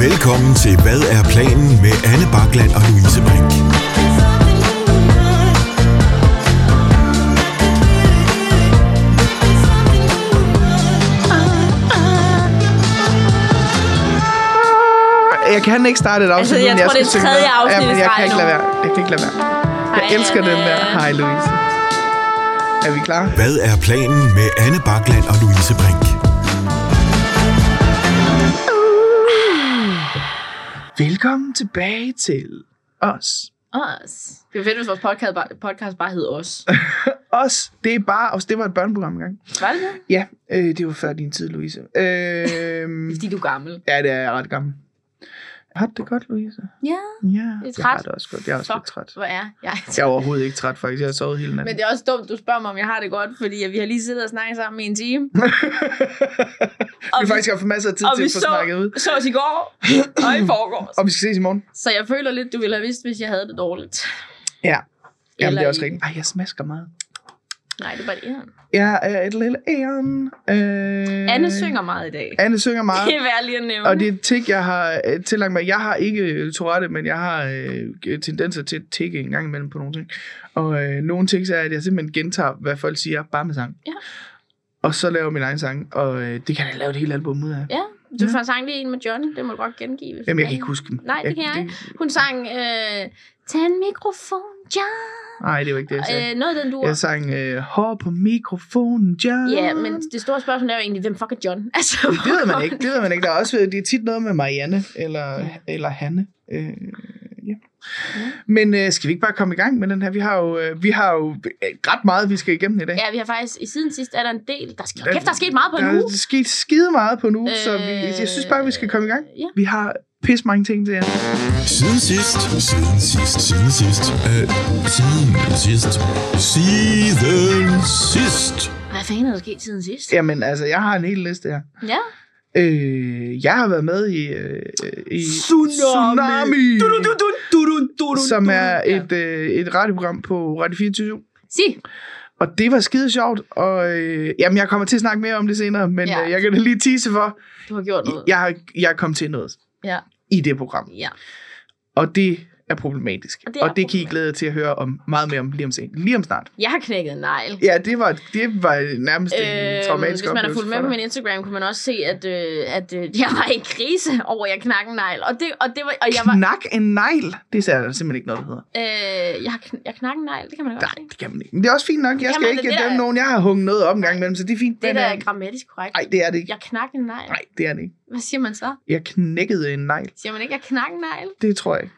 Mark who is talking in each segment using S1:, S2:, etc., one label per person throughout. S1: Velkommen til Hvad er planen med Anne Bakland og Louise Brink.
S2: Jeg kan ikke starte et afsnit,
S3: Altså, jeg
S2: uden
S3: tror, det er
S2: skal synge
S3: tredje
S2: med. ja,
S3: afsnit
S2: men
S3: i
S2: jeg kan
S3: streg
S2: ikke
S3: nu.
S2: lade være. Jeg kan ikke lade være. Jeg
S3: Hej,
S2: elsker den
S3: Anne.
S2: der. Hej, Louise. Er vi klar?
S1: Hvad er planen med Anne Bakland og Louise Brink?
S2: Velkommen tilbage til os.
S3: Os. Det var fedt, hvis vores podcast bare, podcast bare hed Os.
S2: Os, det er bare os. Det var et børneprogram engang.
S3: Var det det?
S2: Ja, øh, det var før din tid, Louise. Øh,
S3: Fordi du er gammel.
S2: ja, det er jeg ret gammel. Har du det godt, Louise?
S3: Ja.
S2: Ja,
S3: Jeg er
S2: jeg har
S3: træt.
S2: det også godt. Jeg er også lidt
S3: Fuck.
S2: træt.
S3: Hvor er jeg?
S2: Jeg er overhovedet ikke træt, faktisk. Jeg har sovet hele
S3: Men
S2: natten.
S3: det er også dumt, du spørger mig, om jeg har det godt, fordi at vi har lige siddet og snakket sammen i en time.
S2: vi har faktisk haft masser af tid
S3: og
S2: til
S3: vi
S2: at få
S3: så,
S2: snakket ud.
S3: så os i går, og i forgårs.
S2: Og vi skal ses i morgen.
S3: Så jeg føler lidt, du ville have vidst, hvis jeg havde det dårligt.
S2: Ja. Jamen,
S3: Eller
S2: det er også
S3: i-
S2: rigtigt. Ej, jeg smasker meget.
S3: Nej, det var det æren.
S2: Jeg er et lille æren. Øh,
S3: Anne synger meget i dag.
S2: Anne synger meget.
S3: Det er værd lige at nævne.
S2: Og det er et tik, jeg har øh, tillagt mig. Jeg har ikke øh, Tourette, men jeg har øh, tendenser til at tikke en gang imellem på nogle ting. Og øh, nogle tics er, at jeg simpelthen gentager, hvad folk siger, bare med sang.
S3: Ja.
S2: Og så laver jeg min egen sang, og øh, det kan jeg da lave et helt album ud af.
S3: Ja, du får sang lige en med Johnny. Det må du godt gengive. hvis
S2: Mm. Jamen,
S3: du
S2: jeg kan ikke huske dem.
S3: Nej, det kan jeg ikke. Hun sang, øh, tag en mikrofon, John.
S2: Nej, det var ikke det, jeg sagde.
S3: Øh, noget af den du
S2: Jeg sang øh, hår på mikrofonen, John.
S3: Ja, men det store spørgsmål er jo egentlig, hvem fuck er John? Altså,
S2: Ah. Det ved man ikke, det ved man ikke. Der er også, det er tit noget med Marianne eller,
S3: Ja.
S2: ja. eller Hanne. Øh, ja. Men øh, skal vi ikke bare komme i gang med den her? Vi har jo, øh, vi har jo øh, ret meget, vi skal igennem i dag.
S3: Ja, vi har faktisk, i siden sidst er der en del, der sker,
S2: Der-
S3: kæft, der er sket meget på en
S2: der
S3: uge.
S2: er sket skide meget på nu, øh, så vi, jeg synes bare, vi skal komme i gang.
S3: Ja.
S2: Vi har pis mange ting til jer.
S1: Siden sidst, siden sidst, siden sidst, øh, siden sidst, siden sidst.
S3: Hvad fanden er der sket siden sidst?
S2: Jamen altså, jeg har en hel liste her.
S3: Ja.
S2: Øh, jeg har været med i, øh, i
S3: Tsunami.
S2: Tsunami, som er
S3: Ja.
S2: et, øh, et radioprogram på Radio 24
S3: Sig.
S2: Og det var skide sjovt, og øh, jamen, jeg kommer til at snakke mere om det senere, men
S3: Ja.
S2: ja. øh, jeg kan da lige tease for,
S3: Du har gjort noget.
S2: jeg, har- jeg er kommet til noget
S3: Ja.
S2: i det program,
S3: Ja.
S2: og det er problematisk.
S3: Og
S2: Og
S3: det er
S2: det, og det kan I glæde jer til at høre om meget mere om lige om, sen, lige om snart.
S3: Jeg har knækket en negl. Øhm,
S2: Ja, det var, det var nærmest en traumatisk
S3: Øh, hvis man har
S2: oplevelse
S3: fulgt med
S2: for
S3: på
S2: dig.
S3: min Instagram, kunne man også se, at, øh, at øh, jeg var i krise over, at jeg knakkede en negl. Og, det, og, det var, og jeg var...
S2: Knak en negl, det er der simpelthen ikke noget, der hedder.
S3: Øh, jeg, har kn- jeg knakkede en negl, det kan man godt se.
S2: Nej, det kan man ikke. Men det er også fint nok, jeg skal
S3: Jamen, det
S2: ikke
S3: der-
S2: dømme nogen. Jeg har hunget noget op en gang imellem, så det er fint.
S3: Det er
S2: men,
S3: da
S2: øh,
S3: grammatisk korrekt.
S2: Nej, det er det ikke.
S3: Jeg knakkede en negl.
S2: Nej, det er det ikke.
S3: Hvad siger man så?
S2: Jeg knækkede en negl.
S3: Siger man ikke, jeg knakker en negl?
S2: Det tror jeg ikke.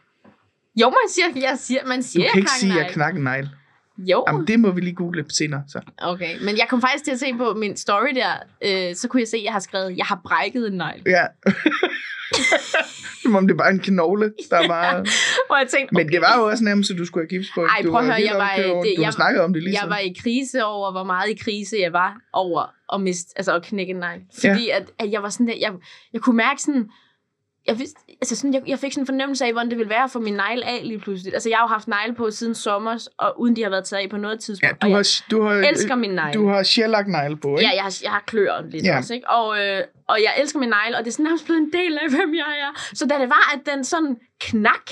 S3: Jo, man siger, jeg siger, man
S2: Du
S3: siger,
S2: kan ikke
S3: knakker
S2: sige,
S3: en
S2: at jeg
S3: negl.
S2: knakkede en negl.
S3: Jo,
S2: Jamen, det må vi lige google senere, så.
S3: okay. Men jeg kom faktisk til at se på min story der, øh, så kunne jeg se, at jeg har skrevet, jeg har brækket en negl.
S2: Ja. Som om det var en knogle, der var...
S3: Og jeg tænkte,
S2: Men det var jo også nærmest, at du skulle have gips på.
S3: Ej,
S2: du
S3: prøv at
S2: var
S3: høre,
S2: helt
S3: jeg var,
S2: opkørt over
S3: øh, det-
S2: det. Du
S3: jeg-
S2: har snakket om det lige
S3: jeg var i krise over, hvor meget i krise jeg var over at miste, altså at knække en negl. Fordi at, at jeg var sådan der, jeg, jeg kunne mærke sådan, jeg, vidste, altså sådan, jeg, jeg fik sådan en fornemmelse af, hvordan det ville være for min negl af lige pludselig. Altså, jeg har jo haft negle på siden sommer, og uden de har været taget af på noget
S2: Ja,
S3: tidspunkt.
S2: du
S3: og
S2: har,
S3: jeg
S2: du har,
S3: elsker min negle.
S2: du har sjælagt negle på, ikke?
S3: Ja, jeg har, jeg har klør lidt ja.
S2: Ja.
S3: også, ikke? Og, øh, og jeg elsker min negle, og det er sådan nærmest blevet en del af, hvem jeg er. Så da det var, at den sådan knak,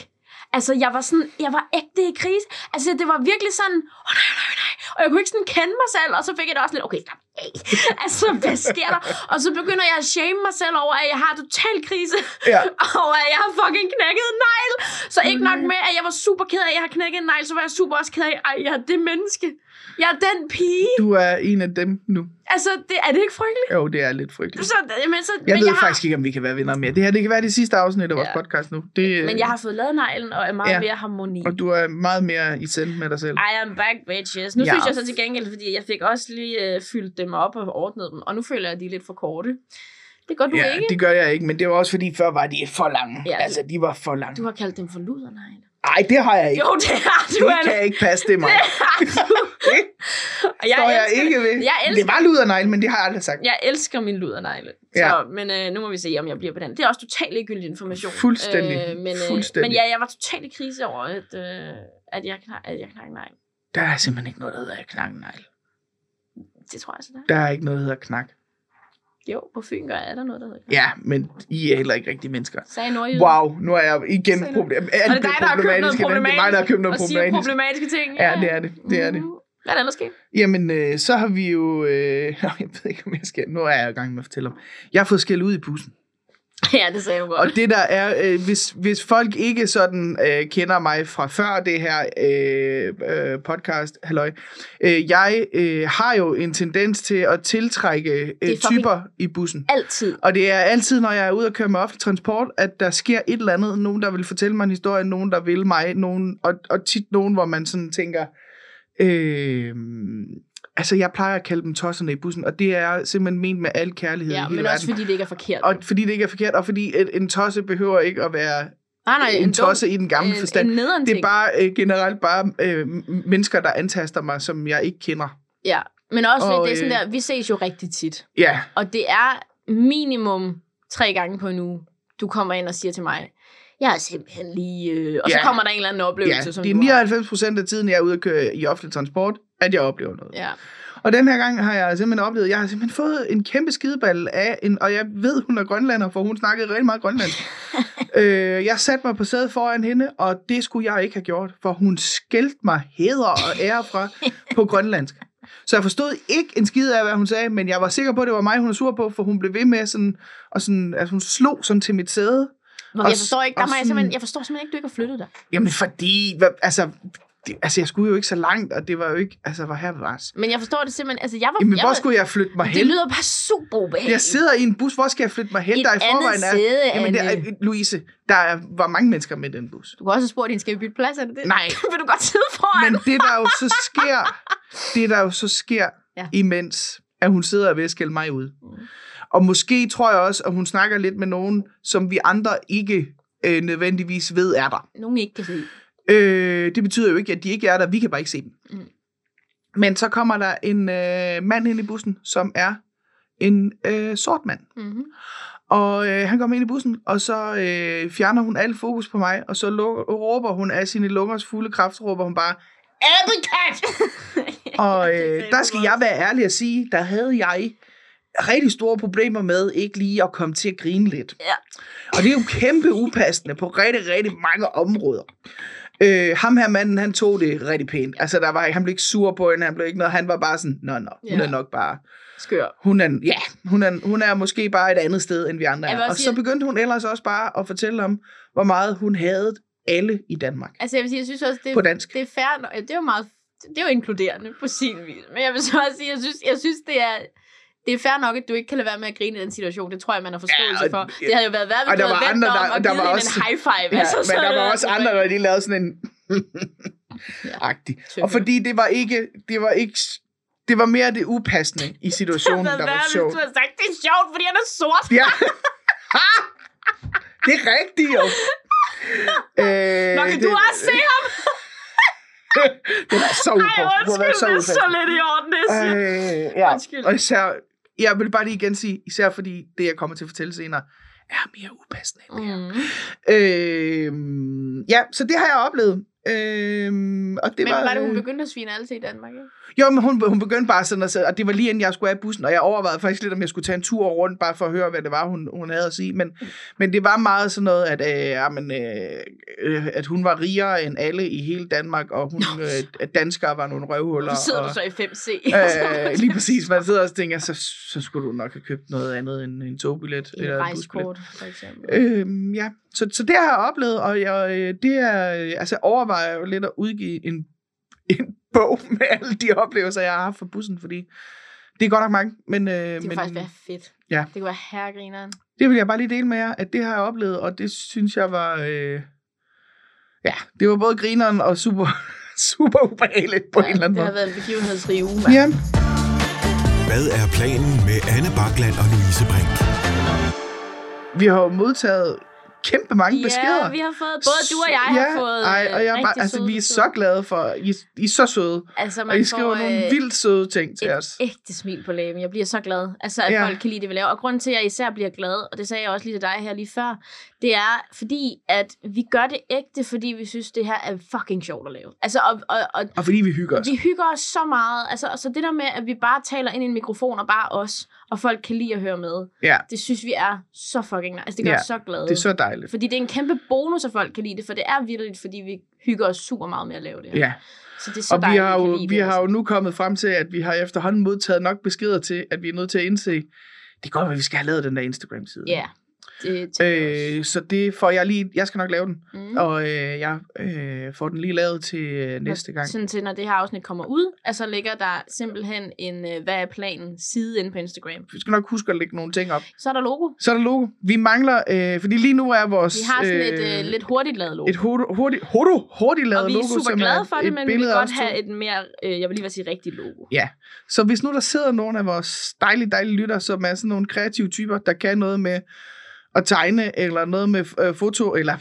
S3: altså jeg var sådan, jeg var ægte i krise. Altså det var virkelig sådan, åh oh, nej, nej, nej. Og jeg kunne ikke sådan kende mig selv, og så fik jeg det også lidt, okay, slap af. Altså, hvad sker der? Og så begynder jeg at shame mig selv over, at jeg har total krise.
S2: Ja.
S3: Og at jeg har fucking knækket en negl. Så ikke nok
S2: Mm.
S3: med, at jeg var super ked af, at jeg har knækket en negl, så var jeg super også ked af, ej, jeg er det menneske. Jeg er den pige.
S2: Du er en af dem nu.
S3: Altså, det, er det ikke frygteligt?
S2: Jo, det er lidt frygteligt.
S3: Så, men, så,
S2: Jeg
S3: men
S2: ved
S3: jeg
S2: faktisk ikke, om vi kan være venner mere. Det her, det kan være det sidste afsnit af vores
S3: Ja.
S2: podcast nu. Det,
S3: Har, men jeg har fået lavet neglen og er meget ja.
S2: Ja.
S3: mere harmoni.
S2: Og du er meget mere i selv med dig selv.
S3: I am back, bitches. Nu ja.
S2: Ja.
S3: synes jeg så til gengæld, fordi jeg fik også lige øh, fyldt dem op og ordnet dem, og nu føler jeg, at de er lidt for korte. Det gør du
S2: ja,
S3: ikke.
S2: det gør jeg ikke, men det var også fordi, før var de for lange.
S3: Ja.
S2: Ja. Altså, de var for lange.
S3: Du har kaldt dem for ludernegle.
S2: Nej, det har jeg ikke.
S3: Jo, det har du,
S2: det
S3: Anna.
S2: kan ikke passe, det er mig. Det
S3: Og
S2: står jeg
S3: elsker det.
S2: ikke ved.
S3: Jeg elsker
S2: Det var ludernegle, men det har jeg aldrig sagt.
S3: Jeg elsker min ludernegle. Ja. Så,
S2: Ja.
S3: men øh, nu må vi se, om jeg bliver på den. Det er også totalt ligegyldig information.
S2: Fuldstændig.
S3: men, øh,
S2: Fuldstændig.
S3: men ja, jeg var totalt i krise over, at, øh, at jeg knak, at jeg knak nej.
S2: Der er simpelthen ikke noget, der hedder knaknegl.
S3: Det tror jeg så der.
S2: Der er ikke noget, der hedder knak.
S3: Jo, på Fyn gør jeg, er der noget, der hedder
S2: Ja, men I er heller ikke rigtige mennesker.
S3: Sagde Nordjyden.
S2: Wow, nu er jeg igen
S3: Sagde du-
S2: problem. Alt
S3: Og det er dig, der har købt noget
S2: problematiske, det er
S3: problematisk.
S2: mig, der har købt noget
S3: og siger
S2: problematisk.
S3: problematiske ting.
S2: Ja, det er det. Det er det.
S3: Mhm. Hvad er der ellers sket?
S2: Jamen, øh, så har vi jo... Øh, jeg ved ikke, om jeg skal... Nu er jeg i gang med at fortælle om... Jeg har fået skæld ud i bussen.
S3: Ja, det sagde du godt.
S2: Og det der er... Øh, hvis, hvis folk ikke sådan øh, kender mig fra før det her øh, øh, podcast, halløj. Øh, jeg øh, har jo en tendens til at tiltrække øh,
S3: fucking-
S2: typer i bussen.
S3: Altid.
S2: Og det er altid, når jeg er ude og køre med offentlig transport, at der sker et eller andet. Nogen, der vil fortælle mig en historie, nogen, der vil mig, nogen, og, og tit nogen, hvor man sådan tænker, øh, altså jeg plejer at kalde dem tosserne i bussen, og det er simpelthen ment med al kærlighed
S3: Ja,
S2: i hele
S3: men
S2: verden.
S3: også fordi det ikke er forkert.
S2: Og fordi det ikke er forkert, og fordi en, en tosse behøver ikke at være
S3: nej, nej,
S2: en, en
S3: dum-
S2: tosse i den gamle
S3: en-
S2: forstand.
S3: En nederen
S2: Det er
S3: ting.
S2: bare øh, generelt bare øh, m- mennesker, der antaster mig, som jeg ikke kender.
S3: Ja, men også
S2: Og,
S3: og, det er sådan
S2: øh,
S3: der, vi ses jo rigtig tit.
S2: Ja,
S3: Og det er minimum tre gange på en uge, du kommer ind og siger til mig, jeg er simpelthen lige... Øh, og så
S2: Ja.
S3: kommer der en eller anden
S2: ja.
S3: oplevelse, som
S2: det er
S3: du har.
S2: 99 procent af tiden, jeg er ude at køre i offentlig transport, at jeg oplever noget.
S3: Ja.
S2: Og den her gang har jeg simpelthen oplevet, jeg har simpelthen fået en kæmpe skideball af en, og jeg ved, hun er grønlander, for hun snakkede rigtig meget grønlandsk. øh, jeg satte mig på sædet foran hende, og det skulle jeg ikke have gjort, for hun skældte mig heder og ære fra på grønlandsk. Så jeg forstod ikke en skid af, hvad hun sagde, men jeg var sikker på, at det var mig, hun var sur på, for hun blev ved med sådan, og sådan, at hun slog sådan til mit sæde.
S3: Hvor
S2: Og
S3: jeg forstår ikke, der
S2: og
S3: må jeg,
S2: sådan-
S3: simpelthen, jeg forstår simpelthen ikke, du ikke har flyttet dig.
S2: Jamen fordi, hvad, altså, det, altså, jeg skulle jo ikke så langt, og det var jo ikke, altså, hvor her var
S3: Men jeg forstår det simpelthen. Altså, jeg var,
S2: Jamen,
S3: jeg
S2: hvor
S3: var,
S2: skulle jeg flytte mig hen?
S3: det lyder bare super ubehageligt.
S2: Jeg sidder i en bus, hvor skal jeg flytte mig hen?
S3: I et
S2: Der i
S3: andet
S2: forvejen er...
S3: sæde, øh,
S2: Jamen, der
S3: Anne.
S2: er, Louise, der er, var mange mennesker med i den bus.
S3: Du kan også have spurgt hende, skal vi bytte plads? Er det det?
S2: Nej.
S3: Vil du godt sidde foran?
S2: Men det, der jo så sker, det, der jo så sker,
S3: Ja.
S2: ja. imens, at hun sidder ved at skælde mig ud.
S3: Mm.
S2: Og måske tror jeg også, at hun snakker lidt med nogen, som vi andre ikke øh, nødvendigvis ved er der.
S3: Nogen ikke kan se.
S2: Øh, det betyder jo ikke, at de ikke er der. Vi kan bare ikke se dem.
S3: Mm.
S2: Mm. Men så kommer der en øh, mand ind i bussen, som er en øh, sort mand.
S3: Mm-hmm.
S2: Og øh, han kommer ind i bussen, og så øh, fjerner hun alt fokus på mig, og så luk- råber hun af sine lungers fulde kraft, råber hun bare,
S3: Abelkat!
S2: og øh, der skal jeg være ærlig og sige, der havde jeg rigtig store problemer med ikke lige at komme til at grine lidt.
S3: Ja.
S2: Og det er jo kæmpe upassende på rigtig, rigtig mange områder. Øh, ham her manden, han tog det rigtig pænt. Altså, der var, han blev ikke sur på hende, han blev ikke noget. Han var bare sådan, nå, nå, hun
S3: Ja.
S2: er nok bare
S3: Skør.
S2: hun er, ja, hun er, hun er måske bare et andet sted, end vi andre
S3: Jeg vil
S2: er.
S3: også
S2: Og
S3: sige-
S2: så begyndte hun ellers også bare at fortælle om, hvor meget hun havde alle i Danmark
S3: Altså, jeg vil sige, jeg synes også, det,
S2: på dansk.
S3: det er fair. nok. Ja, Det er jo meget, det er jo inkluderende på sin vis. Men jeg vil så også sige, jeg synes, jeg synes det er... Det er fair nok, at du ikke kan lade være med at grine i den situation. Det tror jeg, man har forståelse
S2: Ja,
S3: for.
S2: og-
S3: Det havde jo været værd,
S2: og
S3: hvis du
S2: der
S3: havde
S2: var
S3: vendt
S2: andre,
S3: dig om
S2: der-
S3: og
S2: der
S3: givet
S2: var
S3: hende en
S2: også-
S3: high five.
S2: Ja,
S3: altså, så
S2: men
S3: er
S2: der
S3: det
S2: var
S3: altså
S2: også
S3: sådan-
S2: andre, der lige lavede sådan en
S3: Ja.
S2: agtig.
S3: Tynde.
S2: Og fordi det var ikke, det var ikke, det var mere det upassende i situationen,
S3: Det havde
S2: der var
S3: været værd, hvis
S2: sjovt.
S3: du havde sagt, det er sjovt, fordi han er sort.
S2: Ja. det er rigtigt, jo. Øh,
S3: Nå, kan du
S2: det-
S3: også se ham?
S2: Det var så
S3: Ej,
S2: upassende. Det var
S3: undskyld,
S2: så
S3: det er så
S2: upassende.
S3: lidt i orden, det siger.
S2: Øh, ja.
S3: Undskyld.
S2: Og især, jeg vil bare lige igen sige, især fordi det, jeg kommer til at fortælle senere, er mere upassende. end det her.
S3: Mm.
S2: Øh, ja, så det har jeg oplevet. Øh, og det
S3: Men
S2: var,
S3: var det, hun
S2: øh,
S3: begyndte at svine alle til i Danmark, ikke?
S2: Jo, men hun, hun begyndte bare sådan at sige, og det var lige inden jeg skulle af bussen, og jeg overvejede faktisk lidt, om jeg skulle tage en tur rundt, bare for at høre, hvad det var, hun, hun havde at sige. Men, men det var meget sådan noget, at, øh, jamen, øh, øh, at hun var rigere end alle i hele Danmark, og hun,
S3: Nå.
S2: øh, at danskere var nogle røvhuller.
S3: Nu sidder
S2: og,
S3: du så i 5C.
S2: Øh, lige præcis. Man sidder også og tænker, så, så skulle du nok have købt noget andet end en togbillet.
S3: En
S2: eller en busbillet.
S3: rejskort, for eksempel.
S2: Øhm, ja, så, så det har jeg oplevet, og jeg, øh, det er, øh, altså, jeg overvejer jo lidt at udgive en, en bog med alle de oplevelser, jeg har haft fra bussen, fordi det er godt nok mange, men, øh,
S3: det kunne
S2: men
S3: faktisk være fedt.
S2: Ja.
S3: Det kunne være herregrineren.
S2: det vil jeg bare lige dele med jer, at det har jeg oplevet, og det synes jeg var, øh, ja, det var både grineren og super, super ubehageligt på ja, en eller anden
S3: det
S2: måde.
S3: har været en begivenhedsrig uge, mand.
S2: Ja,
S1: Hvad er planen med Anne Bakland og Louise Brink?
S2: vi har jo modtaget kæmpe mange beskeder.
S3: Ja, vi har fået, både du og jeg
S2: ja,
S3: har fået øh,
S2: ej, og jeg er
S3: rigtig
S2: bare, altså,
S3: søde
S2: vi er
S3: beskeder.
S2: så glade for, I, I er så søde,
S3: altså, man
S2: og I skriver
S3: får,
S2: nogle
S3: øh,
S2: vildt søde ting til
S3: et
S2: os.
S3: ægte smil på læben. Jeg bliver så glad, altså, at ja.
S2: Ja.
S3: folk kan lide det, vi laver. Og grunden til, at jeg især bliver glad, og det sagde jeg også lige til dig her lige før, det er fordi, at vi gør det ægte, fordi vi synes, det her er fucking sjovt at lave. Altså, og, og, og
S2: Og fordi vi hygger os.
S3: vi hygger os så meget. Altså, så det der med, at vi bare taler ind i en mikrofon og bare os, og folk kan lide at høre med.
S2: Ja.
S3: Det synes vi er så fucking nice. Altså, Det gør
S2: Ja,
S3: os så glade.
S2: Det er så dejligt.
S3: Fordi det er en kæmpe bonus, at folk kan lide det, for det er virkelig, fordi vi hygger os super meget med at lave det.
S2: Ja,
S3: Så det er så
S2: og vi
S3: dejligt,
S2: har,
S3: at
S2: jo,
S3: kan lide
S2: vi
S3: det.
S2: har jo nu kommet frem til, at vi har efterhånden modtaget nok beskeder til, at vi er nødt til at indse, det er godt, at vi skal have lavet den der Instagram-side.
S3: Ja, det tænker jeg også.
S2: Øh, så det får jeg lige, jeg skal nok lave den,
S3: Mm.
S2: og øh, jeg øh, får den lige lavet til øh, næste gang.
S3: Sådan til, når det her afsnit kommer ud, altså ligger der simpelthen en, øh, hvad er planen, side inde på Instagram.
S2: Vi skal nok huske at lægge nogle ting op.
S3: Så er der logo.
S2: Så er der logo. Vi mangler, øh, fordi lige nu er vores...
S3: Vi har sådan et øh, lidt hurtigt lavet logo.
S2: et hurtigt, hurtigt, hurtigt, hurtigt lavet
S3: og vi
S2: logo,
S3: er super
S2: som
S3: glade
S2: et-
S3: for det,
S2: et
S3: men vi vil
S2: billede af
S3: godt
S2: os to.
S3: have et mere, øh, jeg vil lige vil sige, rigtigt logo.
S2: Så hvis nu der sidder nogle af vores dejlige, dejlige lytter, som er sådan nogle kreative typer, der kan noget med at tegne, eller noget med øh, foto, eller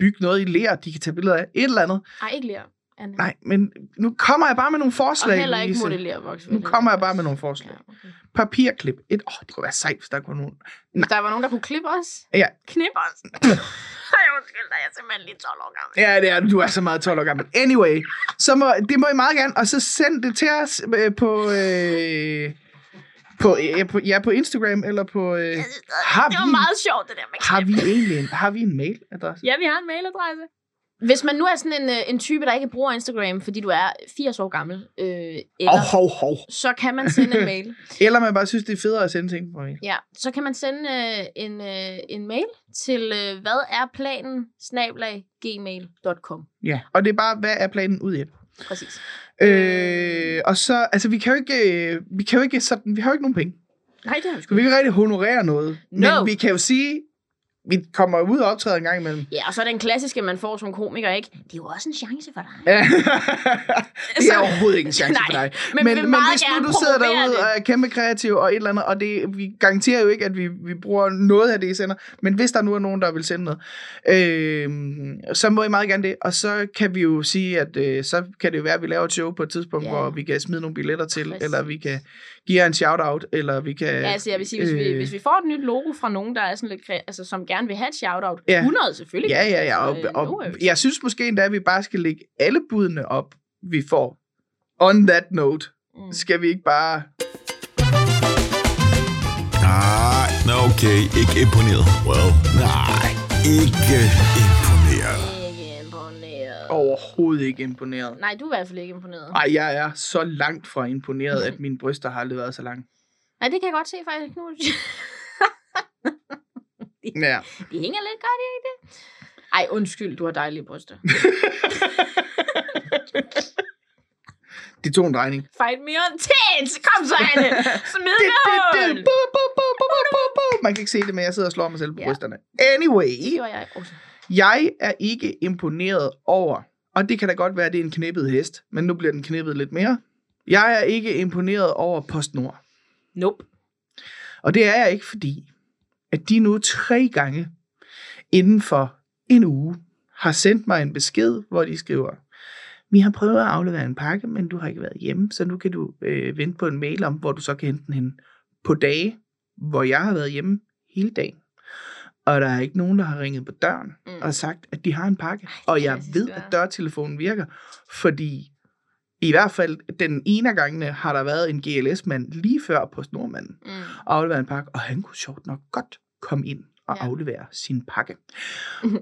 S2: bygge noget i ler, de kan tage billeder af, et eller andet.
S3: Ej, ikke lære. Anna.
S2: Nej, men nu kommer jeg bare med nogle
S3: og
S2: forslag,
S3: heller ikke
S2: Louise.
S3: modellere voks.
S2: Nu kommer jeg bare med nogle forslag.
S3: Ja, okay.
S2: Papirklip. Et, åh, det kunne være sejt, hvis der kunne nogen.
S3: Hvis Der var nogen, der kunne klippe os.
S2: Ja.
S3: Knippe os. Ej, undskyld dig, jeg er simpelthen lige 12 år gammel.
S2: Ja, det er du. Du er så meget 12 år gammel. Anyway, så må, det må I meget gerne. Og så send det til os øh, på... Øh, på, øh, på, ja, på Instagram eller på... Øh,
S3: Jeg synes stadig,
S2: har,
S3: Det var
S2: vi,
S3: meget sjovt, det der med
S2: har vi egentlig en, har vi en mailadresse?
S3: Ja, vi har en mailadresse. Hvis man nu er sådan en, øh, en type, der ikke bruger Instagram, fordi du er 80 år gammel, øh, eller,
S2: Hov, hov, hov.
S3: så kan man sende en mail.
S2: Eller man bare synes, det er federe at sende ting på mail.
S3: Ja, så kan man sende øh, en, øh, en mail til øh, hvad er planen gmail.com.
S2: Ja. Og det er bare, hvad er planen ud i det?
S3: Præcis.
S2: Øh, og så, altså vi kan jo ikke, øh, vi kan jo ikke sådan, vi har jo ikke nogen penge.
S3: Nej, det har vi sgu
S2: Så vi kan ikke rigtig honorere noget.
S3: No.
S2: Men vi kan jo sige, vi kommer jo ud og optræder en gang imellem.
S3: Ja, og så er den klassiske, man får som komiker, ikke? Det er jo også en chance for dig.
S2: Ja. det er
S3: Så-
S2: overhovedet ikke en chance for
S3: Nej,
S2: dig.
S3: men vi vil meget
S2: hvis
S3: gerne
S2: nu du sidder
S3: promovere
S2: derude
S3: det.
S2: og er kæmpe kreativ og et eller andet, og det, vi garanterer jo ikke, at vi, vi bruger noget af det, I sender, men hvis der nu er nogen, der vil sende noget, øh, så må I meget gerne det, og så kan vi jo sige, at øh, så kan det jo være, at vi laver et show på et tidspunkt,
S3: Ja.
S2: hvor vi kan smide nogle billetter til,
S3: Præcis.
S2: eller vi kan give jer en shout-out, eller vi kan...
S3: Ja, altså jeg vil sige, hvis, vi,
S2: øh,
S3: hvis vi får et nyt logo fra nogen, der er sådan lidt, kre- altså, som gerne vil have et shout-out,
S2: Ja.
S3: 100 selvfølgelig.
S2: Ja, ja, ja. Og,
S3: Altså, øh,
S2: og
S3: no worries.
S2: jeg synes måske endda, at vi bare skal lægge alle budene op, vi får. On that note,
S3: Mm.
S2: skal vi ikke bare...
S1: Nej, nå okay, ikke imponeret. Well, nej, ikke imponeret.
S3: Ikke imponeret.
S2: Overhovedet ikke imponeret.
S3: Nej, du er i hvert fald ikke imponeret.
S2: Ej, jeg er så langt fra imponeret, at mine bryster har aldrig været så lange.
S3: Nej, det kan jeg godt se faktisk nu.
S2: Ja.
S3: De hænger lidt godt, ikke det? Ej, undskyld, du har dejlige bryster.
S2: De tog en drejning.
S3: Fight me on tits! Kom så, Anne! Smid
S2: Det, det, det.
S3: det,
S2: Bu, bu, bu, bu, bu, bu, bu. Man kan ikke se det, men jeg sidder og slår mig selv på
S3: Ja.
S2: brysterne. Anyway,
S3: det gjorde jeg også.
S2: jeg er ikke imponeret over, og det kan da godt være, at det er en knippet hest, men nu bliver den knippet lidt mere. Jeg er ikke imponeret over PostNord.
S3: Nope.
S2: Og det er jeg ikke, fordi at de nu tre gange inden for en uge har sendt mig en besked, hvor de skriver, vi har prøvet at aflevere en pakke, men du har ikke været hjemme, så nu kan du øh, vente på en mail om, hvor du så kan hente den hen på dage, hvor jeg har været hjemme hele dagen. Og der er ikke nogen, der har ringet på døren
S3: Mm.
S2: og sagt, at de har en pakke. Og jeg
S3: klassisk,
S2: ved,
S3: hva'?
S2: at dørtelefonen virker, fordi i hvert fald den ene af gangene har der været en GLS-mand lige før på snormanden
S3: Mm.
S2: og aflevere en pakke, og han kunne sjovt nok godt komme ind og
S3: Ja.
S2: ja. aflevere sin pakke.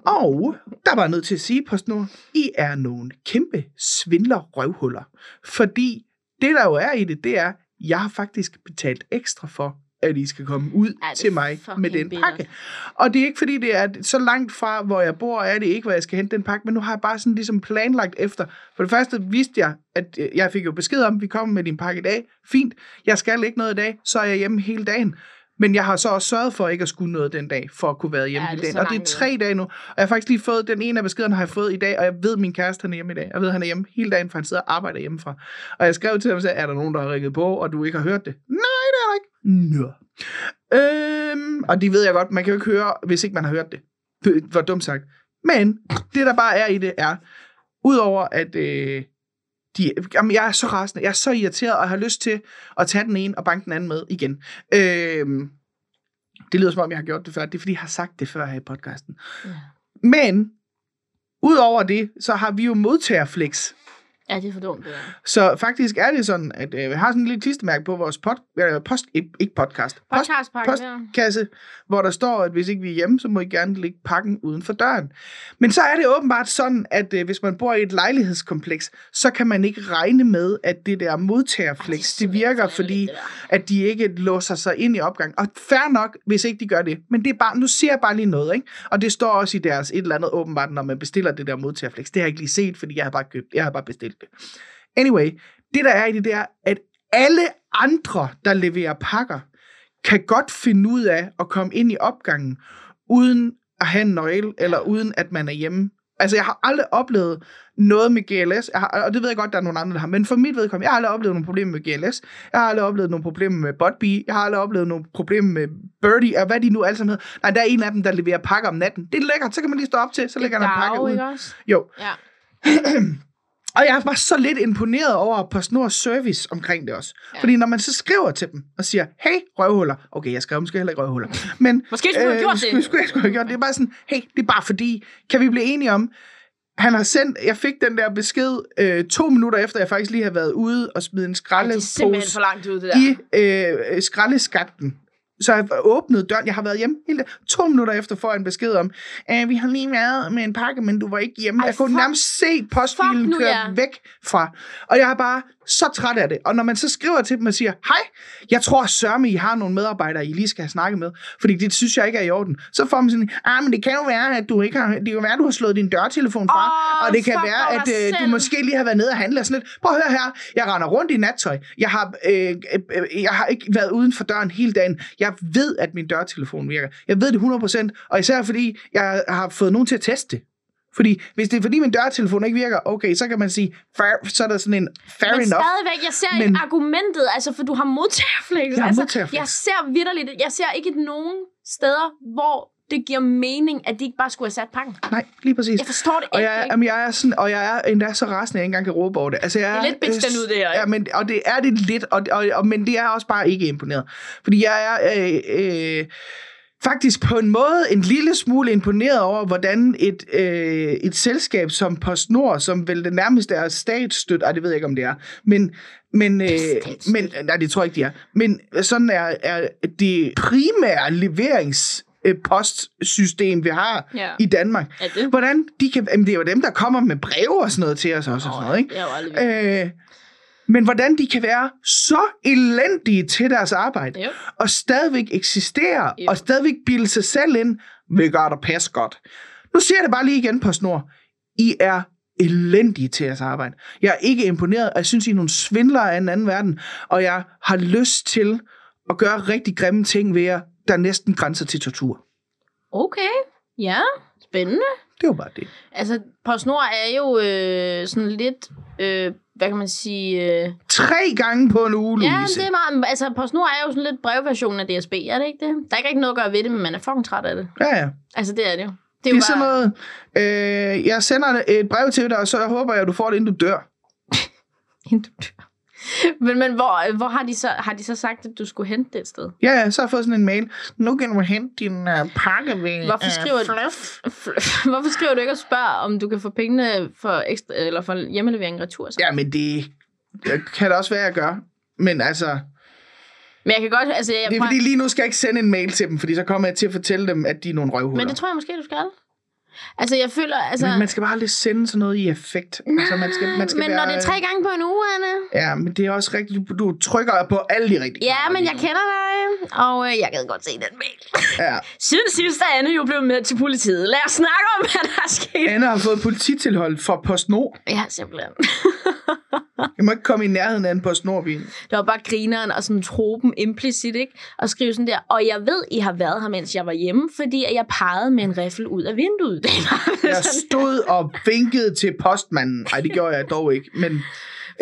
S2: og der var jeg nødt til at sige på snor, I er nogle kæmpe svindler røvhuller, fordi det der jo er i det, det er, jeg har faktisk betalt ekstra for, at I skal komme ud
S3: Ej, det er
S2: Ej, til mig med
S3: fucking
S2: den
S3: bittert.
S2: pakke. Og det er ikke fordi, det er så langt fra, hvor jeg bor, er det ikke, hvor jeg skal hente den pakke, men nu har jeg bare sådan ligesom planlagt efter. For det første vidste jeg, at øh, jeg fik jo besked om, at vi kommer med din pakke i dag. Fint, jeg skal ikke noget i dag, så er jeg hjemme hele dagen. Men jeg har så også sørget for ikke at skulle noget den dag, for at kunne være hjemme
S3: Ja,
S2: ja,
S3: det er
S2: i dagen.
S3: så
S2: Og det er
S3: langt
S2: tre dage nu. Og jeg har faktisk lige fået, den ene af beskederne har jeg fået i dag, og jeg ved, min kæreste han er hjemme i dag. Jeg ved, han er hjemme hele dagen, for han sidder og arbejder hjemmefra. Og jeg skrev til ham og sagde, er der nogen, der har ringet på, og du ikke har hørt det? Nej, det er der ikke. Nå. Øhm, og det ved jeg godt, man kan jo ikke høre, hvis ikke man har hørt det. Det var dumt sagt. Men det, der bare er i det, er, udover at øh, de, jamen, jeg er så rasende, jeg er så irriteret, og jeg har lyst til at tage den ene og banke den anden med igen. Øhm, det lyder som om, jeg har gjort det før. Det er, fordi jeg har sagt det før her i podcasten.
S3: Ja.
S2: Men, udover det, så har vi jo modtagerflex
S3: Ja, det er for dumt, det der.
S2: Så faktisk er det sådan, at øh, vi har sådan en lille klistermærke på vores pod, øh, post, ikke ikke podcast, post,
S3: Podcastpakken
S2: post-
S3: der.
S2: kasse, hvor der står, at hvis ikke vi er hjemme, så må I gerne lægge pakken uden for døren. Men så er det åbenbart sådan, at øh, hvis man bor i et lejlighedskompleks, så kan man ikke regne med, at det der modtagerflex, det virker, fordi at de ikke låser sig ind i opgang. Og fair nok, hvis ikke de gør det. Men det er bare, nu ser jeg bare lige noget, ikke? Og det står også i deres et eller andet åbenbart, når man bestiller det der modtagerflex. Det har jeg ikke lige set, fordi jeg har bare købt, jeg har bare bestilt det. Anyway, det der er i det, det er, at alle andre, der leverer pakker, kan godt finde ud af at komme ind i opgangen, uden at have en nøgle, eller uden at man er hjemme. Altså, jeg har aldrig oplevet noget med GLS, jeg har, og det ved jeg godt, der er nogle andre, der har, men for mit vedkommende, jeg har aldrig oplevet nogle problemer med GLS, jeg har aldrig oplevet nogle problemer med Botby, jeg har aldrig oplevet nogle problemer med Birdie, og hvad de nu alle sammen hedder. Nej, der er en af dem, der leverer pakker om natten. Det er lækkert, så kan man lige stå op til, så lægger han en pakke ud.
S3: ikke også?
S2: Jo,
S3: Ja.
S2: og jeg var så lidt imponeret over PostNords service omkring det også. Ja.
S3: Ja.
S2: Fordi når man så skriver til dem og siger, hey, røvhuller. Okay, jeg skrev måske heller ikke røvhuller. Men, øh,
S3: Måske skulle du have gjort det.
S2: Skulle, skulle, jeg skulle have gjort det. Det er bare sådan, hey, det er bare fordi, kan vi blive enige om, han har sendt, jeg fik den der besked øh, to minutter efter, jeg faktisk lige havde været ude og smidt en
S3: Ej, det er simpelthen
S2: skraldepose
S3: for langt ud, det der.
S2: i øh, øh, skraldeskakten. Så jeg åbnede døren. Jeg har været hjemme hele dagen. To minutter efter får jeg en besked om, at vi har lige været med en pakke, men du var ikke hjemme.
S3: Ej,
S2: jeg kunne
S3: fuck.
S2: nærmest se postbilen
S3: Fuck nu,
S2: køre
S3: ja.
S2: væk fra. Og jeg er bare så træt af det. Og når man så skriver til dem og siger, hej, jeg tror sørme, I har nogle medarbejdere, I lige skal have snakket med, fordi det synes jeg ikke er i orden. Så får man sådan, ah, men det kan jo være, at du ikke har, det kan være, at du har slået din dørtelefon fra,
S3: Åh,
S2: og det kan
S3: fuck,
S2: være,
S3: hvor
S2: at
S3: dig
S2: øh, du
S3: selv.
S2: måske måske lige have været nede og handle og sådan lidt. Prøv at høre her, jeg render rundt i nattøj. Jeg har, øh, øh, jeg har ikke været uden for døren hele dagen. Jeg ved, at min dørtelefon virker. Jeg ved det 100%, og især fordi, jeg har fået nogen til at teste det. Fordi hvis det er fordi, min dørtelefon ikke virker, okay, så kan man sige, fair, så er der sådan en fair
S3: Men
S2: enough.
S3: stadigvæk, jeg ser
S2: Men-
S3: ikke argumentet, altså, for du har modtagerflex.
S2: Jeg har
S3: altså,
S2: modtagerflex.
S3: Jeg ser vidderligt, jeg ser ikke nogen steder, hvor det giver mening, at de ikke bare skulle have sat pakken.
S2: Nej, lige præcis.
S3: Jeg forstår det
S2: Og
S3: ikke.
S2: jeg,
S3: ikke?
S2: jamen, jeg er sådan, og jeg er endda så rasende, at jeg ikke engang kan råbe over det. Altså, jeg
S3: Det er lidt bitch, den ud, det her, ikke?
S2: Ja, men, og det er det lidt, og, og, og, men det er også bare ikke imponeret. Fordi jeg er øh, øh, faktisk på en måde en lille smule imponeret over, hvordan et, øh, et selskab som PostNord, som vel det nærmeste er statsstødt, ej, det ved jeg ikke, om det er, men, men, øh,
S3: Statsstøtte.
S2: men nej, det tror jeg ikke, de er, men sådan er, er det primære leverings øh, postsystem, vi har
S3: Ja.
S2: i Danmark
S3: Er det?
S2: hvordan de kan... Jamen, det er jo dem, der kommer med breve og sådan noget til os også og sådan noget,
S3: Det har jeg jo aldrig vidst.
S2: ikke? Øh, men hvordan de kan være så elendige til deres arbejde,
S3: Jo.
S2: og stadigvæk eksistere,
S3: Jo.
S2: og stadigvæk bilde sig selv ind, vi gør det pas godt. Nu siger jeg det bare lige igen på snor. I er elendige til jeres arbejde. Jeg er ikke imponeret, og jeg synes, I er nogle svindlere af en anden verden, og jeg har lyst til at gøre rigtig grimme ting ved jer, der næsten grænser til tortur.
S3: Okay, ja, spændende.
S2: Det var bare det.
S3: Altså, PostNord er jo øh, sådan lidt, øh, hvad kan man sige... Øh,
S2: Tre gange på en uge,
S3: ja,
S2: Louise.
S3: det er meget... Altså, PostNord er jo sådan lidt brevversionen af DSB, er det ikke det? Der er ikke rigtig noget at gøre ved det, men man er fucking træt af det.
S2: Ja, ja.
S3: Altså, det er det jo.
S2: Det er sådan noget, øh, jeg sender et brev til dig, og så håber jeg, at du får det, inden du dør.
S3: Hente du dør. men, men hvor, hvor har, de så, har de så sagt, at du skulle hente det et sted?
S2: Ja, ja, så har jeg fået sådan en mail. Nu kan du hente din uh, pakke ved
S3: Hvorfor skriver
S2: uh,
S3: du-
S2: Fluff.
S3: Hvorfor skriver du ikke og spørger, om du kan få pengene for, ekstra, eller for hjemmelevering retur? Så?
S2: Ja, men det det kan da også være, jeg gør. Men altså,
S3: Men jeg kan godt... Altså, jeg,
S2: det er fordi lige nu skal jeg ikke sende en mail til dem, fordi så kommer jeg til at fortælle dem, at de er nogle røvhuller.
S3: men det tror jeg måske, du skal. Altså, jeg føler... Altså,
S2: men man skal bare aldrig sende sådan noget i effekt. Altså, man skal, man skal
S3: men
S2: være,
S3: når det er tre gange på en uge, Anna...
S2: Ja, men det er også rigtigt. Du, du trykker på alle de rigtige
S3: Ja,
S2: knapper
S3: men
S2: lige
S3: jeg
S2: nu.
S3: kender dig, og øh, jeg kan godt se den mail.
S2: Ja.
S3: Siden sidst er Anne jo blevet med til politiet. Lad os snakke om, hvad der er sket.
S2: Anna har fået polititilhold fra PostNord.
S3: Ja, simpelthen.
S2: Jeg må ikke komme i nærheden af en PostNord-bil.
S3: Det var bare grineren og sådan tropen implicit, ikke? Og skrive sådan der, og jeg ved, I har været her, mens jeg var hjemme, fordi at jeg pegede med en riffel ud af vinduet. Det var
S2: Jeg
S3: sådan,
S2: stod og vinkede til postmanden. Nej, det gjorde jeg dog ikke. Men, øh,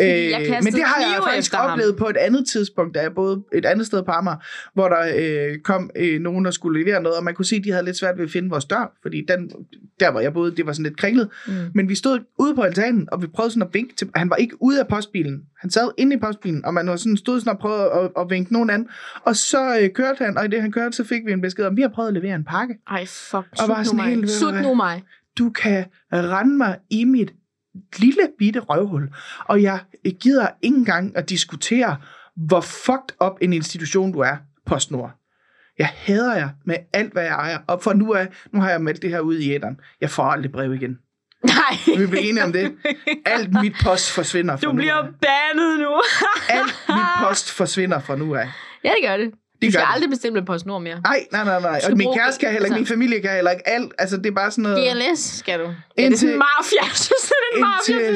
S3: jeg kastede
S2: men det har jeg
S3: knive
S2: faktisk
S3: efter ham.
S2: oplevet på et andet tidspunkt, da jeg boede et andet sted på Amager, hvor der øh, kom øh, nogen, der skulle levere noget, og man kunne se, at de havde lidt svært ved at finde vores dør, fordi den, der, hvor jeg boede, det var sådan lidt kringlet. Mm. Men vi stod ude på altanen, og vi prøvede sådan at vinke til... Han var ikke ude af postbilen. Han sad inde i postbilen, og man var sådan, stod sådan og prøvede at, at vinke nogen anden. Og så øh, kørte han, og i det han kørte, så fik vi en besked om, vi har prøvet at levere en pakke
S3: Ej, fuck,
S2: Og bare
S3: sut nu
S2: sådan helt, ved
S3: mig.
S2: du
S3: Sut
S2: hvad?
S3: nu mig.
S2: du kan rende mig i mit lille bitte røvhul. Og jeg gider ikke engang at diskutere, hvor fucked up en institution du er, PostNord. Jeg hader jer med alt, hvad jeg ejer. Og for nu, er, nu har jeg meldt det her ud i æderen. Jeg får aldrig brev igen.
S3: Nej.
S2: Vi bliver enige om det. Alt mit post forsvinder fra
S3: Du
S2: nu
S3: bliver
S2: af.
S3: bandet nu.
S2: Alt mit post forsvinder fra nu af.
S3: ja, det gør det. Du
S2: Det gør
S3: skal
S2: det.
S3: aldrig bestille med PostNord mere.
S2: Nej, nej, nej, nej.
S3: skal
S2: Og min
S3: bruge-
S2: kæreste kan heller ikke, min
S3: altså-
S2: familie kan heller ikke. Alt, altså det er bare sådan noget...
S3: GLS skal du. Indtil, ja, det er
S2: Indtil-
S3: sådan en mafia. Jeg synes, det er en mafia.
S2: Indtil-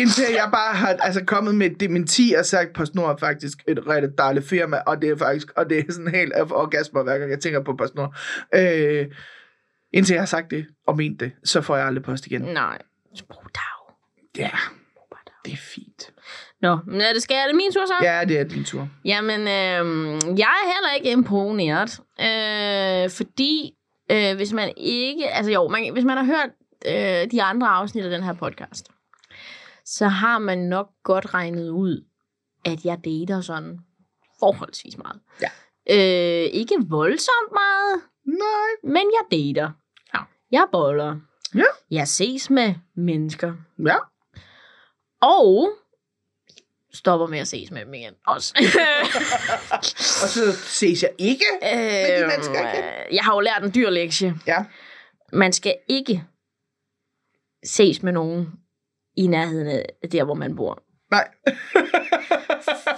S2: Indtil jeg bare har altså, kommet med et dementi og sagt, PostNord er faktisk et rigtig dejligt firma, og det er faktisk, og det er sådan helt af orgasmer, hver gang jeg tænker på PostNord. Øh, indtil jeg har sagt det og ment det, så får jeg aldrig post igen.
S3: Nej. Brug dag.
S2: Ja, det er fint.
S3: Nå, men er det, skal er det min tur så?
S2: Ja, det er din tur.
S3: Jamen, øh, jeg er heller ikke imponeret, øh, fordi øh, hvis man ikke, altså jo, man, hvis man har hørt øh, de andre afsnit af den her podcast, så har man nok godt regnet ud, at jeg dater sådan forholdsvis meget.
S2: Ja.
S3: Øh, ikke voldsomt meget,
S2: Nej.
S3: men jeg dater. Ja. Jeg boller.
S2: Ja.
S3: Jeg ses med mennesker.
S2: Ja.
S3: Og stopper med at ses med dem igen også.
S2: Og så ses jeg ikke. de mennesker igen.
S3: øh, jeg har jo lært en dyr lektie.
S2: Ja.
S3: Man skal ikke ses med nogen i nærheden af der, hvor man bor.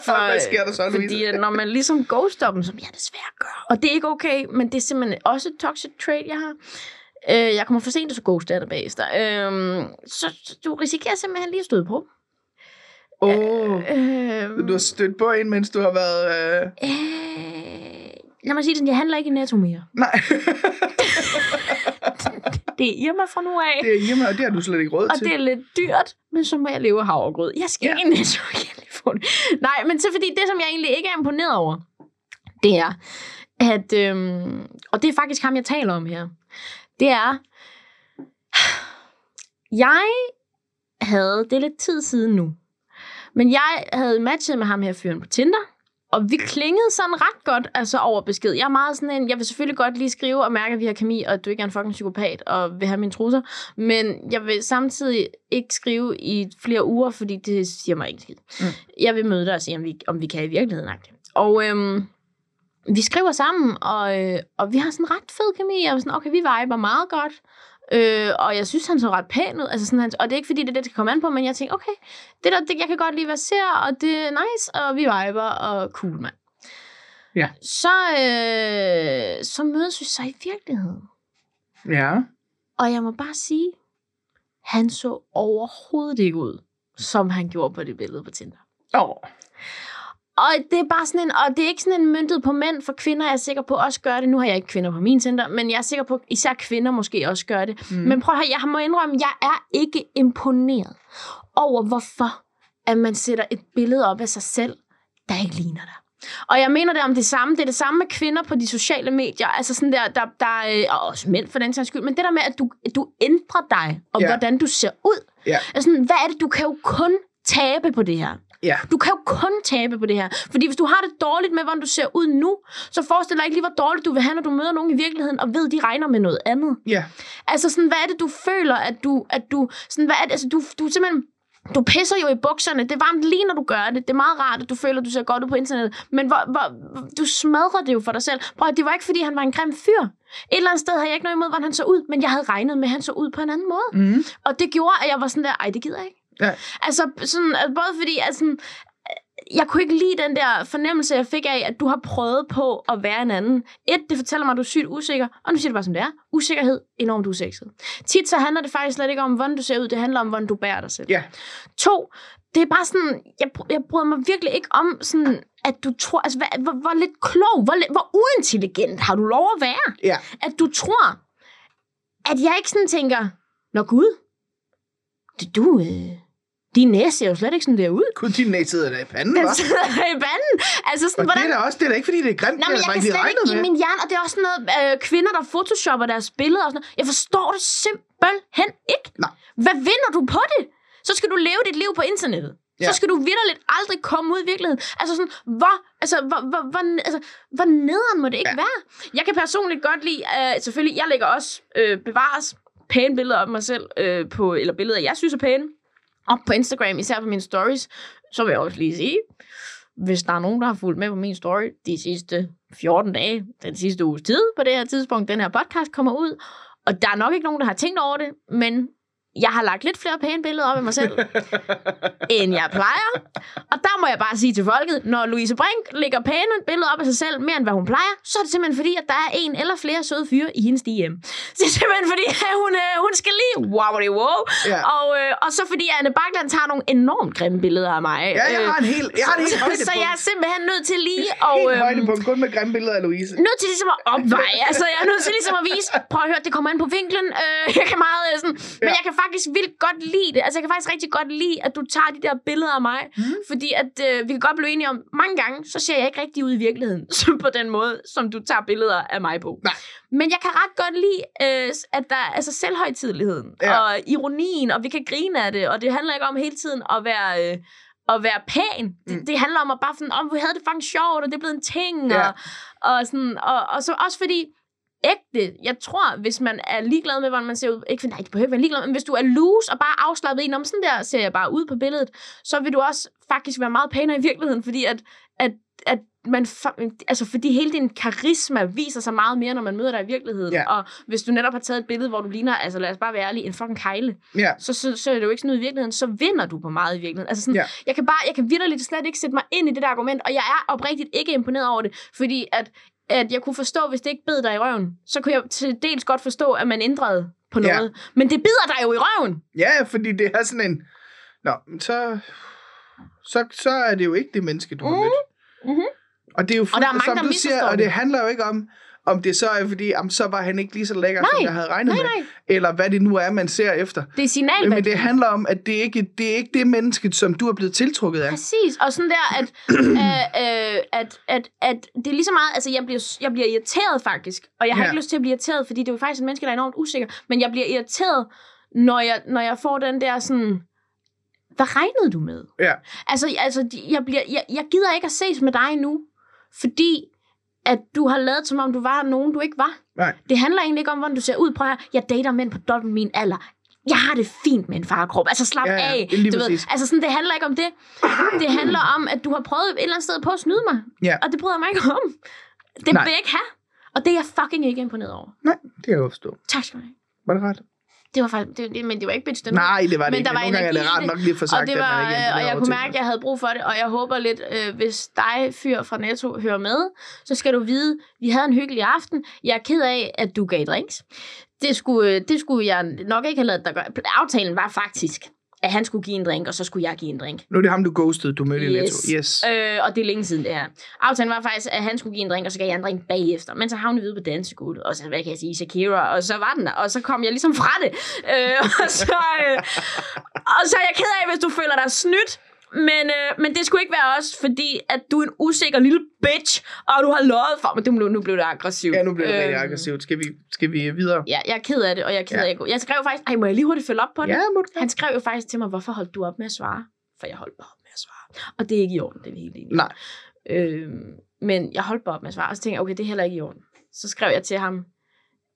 S2: Nej. Hvad sker der så, Louise?
S3: Fordi at når man ligesom ghoster dem, som jeg desværre gør, og det er ikke okay, men det er simpelthen også et toxic trait, jeg har. Øh, jeg kommer for sent, og så ghoster jeg dig bagefter. Øh, så så du risikerer simpelthen lige at støde på.
S2: Åh,
S3: Øh,
S2: du har stødt på en, mens du har været... Øh...
S3: øh, lad mig sige det sådan, jeg handler ikke i Netto mere.
S2: Nej,
S3: Det er Irma fra nu af.
S2: det er hjemme, og det har du slet ikke råd
S3: Og
S2: til.
S3: det er lidt dyrt, men så må jeg leve af havregrød. Jeg skal
S2: Ja.
S3: ja. ikke i Netto igen. lige få det. Nej, men så fordi det, som jeg egentlig ikke er imponeret over, det er, at, øhm, og det er faktisk ham, jeg taler om her, det er, jeg havde, det er lidt tid siden nu, men jeg havde matchet med ham her fyren på Tinder, og vi klingede sådan ret godt altså over besked. Jeg er meget sådan en, jeg vil selvfølgelig godt lige skrive og mærke, at vi har kemi, og at du ikke er en fucking psykopat, og vil have mine trusser. Men jeg vil samtidig ikke skrive i flere uger, fordi det siger mig ikke en skid.
S2: Mm.
S3: Mm. Jeg vil møde dig og se, om vi, om vi kan i virkeligheden. agtigt. Og øhm, vi skriver sammen, og, øh, og vi har sådan ret fed kemi, og sådan, okay, vi viber meget godt. Øh, og jeg synes, han så ret pæn ud. Altså sådan, han, og det er ikke, fordi det er det, der skal komme an på, men jeg tænker, okay, det der, det, jeg kan godt lide, hvad jeg ser, og det er nice, og vi viber, og cool, mand.
S2: Ja.
S3: Så, øh, så mødes vi så i virkeligheden.
S2: Ja.
S3: Og jeg må bare sige, han så overhovedet ikke ud, som han gjorde på det billede på Tinder.
S2: Åh.
S3: Og det er bare sådan en, og det er ikke sådan en myntet på mænd, for kvinder er jeg sikker på også gør det. Nu har jeg ikke kvinder på min Tinder, men jeg er sikker på, at især kvinder måske også gør det. Mm. Men prøv at høre, jeg må indrømme, jeg er ikke imponeret over, hvorfor at man sætter et billede op af sig selv, der ikke ligner dig. Og jeg mener det om det samme. Det er det samme med kvinder på de sociale medier. Altså sådan der, der, der øh, og også mænd for den sags skyld. Men det der med, at du, du ændrer dig, og
S2: Ja.
S3: ja. hvordan du ser ud.
S2: Ja.
S3: Altså sådan, hvad er det? Du kan jo kun tabe på det her.
S2: Ja.
S3: Du kan jo kun tabe på det her. Fordi hvis du har det dårligt med, hvordan du ser ud nu, så forestil dig ikke lige, hvor dårligt du vil have, når du møder nogen i virkeligheden, og ved, de regner med noget andet.
S2: Ja.
S3: Altså sådan, hvad er det, du føler, at du... At du sådan, hvad er det, altså, du, du er simpelthen... Du pisser jo i bukserne. Det er varmt lige, når du gør det. Det er meget rart, at du føler, at du ser godt ud på internettet. Men hvor, hvor, du smadrer det jo for dig selv. Prøv, at det var ikke, fordi han var en grim fyr. Et eller andet sted havde jeg ikke noget imod, hvordan han så ud. Men jeg havde regnet med, at han så ud på en anden måde.
S2: Mm.
S3: Og det gjorde, at jeg var sådan der, ej, det gider jeg ikke.
S2: Ja.
S3: Altså, sådan, altså både fordi, at sådan, jeg kunne ikke lide den der fornemmelse, jeg fik af, at du har prøvet på at være en anden. Et, det fortæller mig, at du er sygt usikker, og nu siger det bare, som det er. Usikkerhed, enormt usikset. Tit så handler det faktisk slet ikke om, hvordan du ser ud, det handler om, hvordan du bærer dig selv.
S2: Ja.
S3: To, det er bare sådan, jeg, br- jeg bryder mig virkelig ikke om, sådan, at du tror, altså, hvad, hvor, hvor lidt klog, hvor, lidt- hvor uintelligent har du lov at være?
S2: Ja.
S3: At du tror, at jeg ikke sådan tænker, Nå gud, det du, øh, din næse ser jo slet ikke sådan der ud.
S2: Kun din næse sidder der i panden,
S3: Den
S2: hva'?
S3: sidder i panden. Altså sådan,
S2: Og
S3: hvordan...
S2: det er da også, det er da ikke, fordi det er grimt,
S3: Nej, men
S2: det er
S3: jeg
S2: bare
S3: kan
S2: ikke lige
S3: slet
S2: regnet
S3: ikke i
S2: med.
S3: min hjerne, og det er også sådan noget, øh, kvinder, der photoshopper deres billeder og sådan noget. Jeg forstår det simpelthen ikke.
S2: Nej.
S3: Hvad vinder du på det? Så skal du leve dit liv på internettet. Ja.
S2: Ja.
S3: Så skal du vidderligt aldrig komme ud i virkeligheden. Altså sådan, hvor, altså, hvor, hvor, hvor, altså, hvor nederen må det ikke ja. være? Jeg kan personligt godt lide, øh, selvfølgelig, jeg lægger også øh, bevares pæne billeder op af mig selv, øh, på, eller billeder, jeg synes er pæne, op på Instagram, især på mine stories, så vil jeg også lige sige, hvis der er nogen, der har fulgt med på min story de sidste 14 dage, den sidste uges tid på det her tidspunkt, den her podcast kommer ud, og der er nok ikke nogen, der har tænkt over det, men jeg har lagt lidt flere pæne billeder op af mig selv, end jeg plejer. Og der må jeg bare sige til folket, når Louise Brink lægger pæne billeder op af sig selv mere end hvad hun plejer, så er det simpelthen fordi, at der er en eller flere søde fyre i hendes DM. Så det er simpelthen fordi, at hun, øh, hun skal lige wow, wow.
S2: Ja.
S3: Og, øh, og så fordi Anne Bakland tager nogle enormt grimme billeder af mig.
S2: Ja, jeg har en hel, jeg har en hel højdepunkt.
S3: så jeg er simpelthen nødt til lige
S2: og,
S3: at...
S2: helt
S3: øhm,
S2: højdepunkt, kun med grimme billeder af Louise.
S3: nødt til ligesom at opveje. altså, jeg er nødt til ligesom at vise, prøv at høre, det kommer an på vinklen. Øh, jeg kan meget øh, sådan, men
S2: Ja.
S3: jeg kan faktisk vildt godt lide det. Altså, jeg kan faktisk rigtig godt lide, at du tager de der billeder af mig.
S2: Mhm.
S3: Mm. Fordi at, øh, vi kan godt blive enige om, mange gange, så ser jeg ikke rigtig ud i virkeligheden, som på den måde, som du tager billeder af mig på.
S2: Nej.
S3: Men jeg kan ret godt lide, øh, at der er altså selvhøjtideligheden,
S2: Ja.
S3: ja. og ironien, og vi kan grine af det, og det handler ikke om hele tiden at være... Øh, at være pæn. Det,
S2: Mm.
S3: det handler om at bare sådan, om vi havde det fucking sjovt, og det er blevet en ting,
S2: Ja.
S3: ja. og, og, sådan, og, og så også fordi, ægte, jeg tror, hvis man er ligeglad med, hvordan man ser ud, ikke, for- nej, det behøver ikke være ligeglad, men hvis du er loose og bare afslappet i, "Nå, men sådan der ser jeg bare ud på billedet, så vil du også faktisk være meget pænere i virkeligheden, fordi at, at, at man, fa- altså fordi hele din karisma viser sig meget mere, når man møder dig i virkeligheden.
S2: Ja.
S3: Og hvis du netop har taget et billede, hvor du ligner, altså lad os bare være ærlige, en fucking kejle,
S2: Ja.
S3: så, så, så er det jo ikke sådan ud i virkeligheden, så vinder du på meget i virkeligheden. Altså sådan,
S2: Ja.
S3: ja. jeg kan bare, jeg kan vidderligt slet ikke sætte mig ind i det der argument, og jeg er oprigtigt ikke imponeret over det, fordi at, at jeg kunne forstå, hvis det ikke bed dig i røven, så kunne jeg til dels godt forstå, at man ændrede på
S2: Ja.
S3: noget. Men det bider dig jo i røven.
S2: Ja, fordi det er sådan en... Nå, men så, så, så er det jo ikke det menneske, du har
S3: Mhm.
S2: mødt.
S3: Mhm.
S2: Og det er jo
S3: Og der
S2: fuld-
S3: er mange,
S2: som
S3: der
S2: du siger,
S3: misforstår
S2: og det
S3: det.
S2: handler jo ikke om, om det så er fordi, jamen, så var han ikke lige så lækker, som
S3: Nej.
S2: jeg havde regnet
S3: Nej,
S2: med,
S3: nej.
S2: eller hvad det nu er, man ser efter.
S3: Det er signal,
S2: Men det handler om, at det ikke det er ikke det menneske, som du er blevet tiltrukket af.
S3: Præcis, og sådan der, at, øh, øh, at, at, at det er lige så meget, altså jeg bliver, jeg bliver irriteret faktisk, og jeg har
S2: Ja.
S3: ja. ikke lyst til at blive irriteret, fordi det er jo faktisk et menneske, der er enormt usikker, men jeg bliver irriteret, når jeg, når jeg får den der sådan, hvad regnede du med?
S2: Ja.
S3: Altså, altså de- jeg, bliver, jeg, jeg gider ikke at ses med dig nu, fordi at du har lavet, som om du var nogen, du ikke var.
S2: Nej.
S3: Det handler egentlig ikke om, hvordan du ser ud. Prøv at høre, jeg dater mænd på dobbelt min alder. Jeg har det fint med en farkrop. Altså, slap
S2: Ja, ja,
S3: af.
S2: lige
S3: du ved.
S2: præcis.
S3: Altså, sådan, det handler ikke om det. Det handler om, at du har prøvet et eller andet sted på at snyde mig.
S2: Ja.
S3: Og det bryder jeg mig ikke om. Det
S2: Nej.
S3: vil jeg ikke have. Og det er jeg fucking ikke imponeret over.
S2: Nej, det kan jeg godt forstå.
S3: Tak skal du have.
S2: Var det ret?
S3: Det var faktisk, det, det- men det var ikke bitch, den
S2: Nej, det var det
S3: Men
S2: ikke.
S3: der
S2: men
S3: var
S2: Nogle gange er det
S3: energi i
S2: rart
S3: det,
S2: nok lige at få sagt,
S3: og det
S2: at
S3: var,
S2: man ikke er
S3: øh, og
S2: imponeret
S3: jeg
S2: over
S3: kunne
S2: tingene.
S3: mærke, at jeg havde brug for det, og jeg håber lidt, øh, hvis dig, fyr fra Netto, hører med, så skal du vide, vi havde en hyggelig aften. Jeg er ked af, at du gav drinks. Det skulle, øh, det skulle jeg nok ikke have lavet dig gøre. Aftalen var faktisk, at han skulle give en drink, og så skulle jeg give en drink.
S2: Nu er det ham, du ghostede, du mødte yes. i Netto. Yes.
S3: Yes. Øh, og det er længe siden, det her. Aftalen var faktisk, at han skulle give en drink, og så gav jeg en drink bagefter. Men så havnede vi ude på dansegulvet, og så, hvad kan jeg sige, Shakira, og så var den der. Og så kom jeg ligesom fra det. Øh, og, så, øh, og så er jeg ked af, hvis du føler dig snydt. Men, øh, men det skulle ikke være os, fordi at du er en usikker lille bitch, og du har lovet for mig. Det, blev- nu blev det aggressivt.
S2: Ja, nu blev det rigtig
S3: Øhm,
S2: aggressivt. Skal vi, skal vi øh, videre?
S3: Ja, jeg er ked af det, og jeg er ked
S2: Ja.
S3: af at gå. Jeg skrev faktisk, ej, må jeg lige hurtigt følge op på det?
S2: Ja, må du gerne.
S3: Han skrev jo faktisk til mig, hvorfor holdt du op med at svare? For jeg holdt bare op med at svare. Og det er ikke i orden, det er vi helt enige. om.
S2: Nej.
S3: Øhm, men jeg holdt bare op med at svare, og så tænkte jeg, okay, det er heller ikke i orden. Så skrev jeg til ham,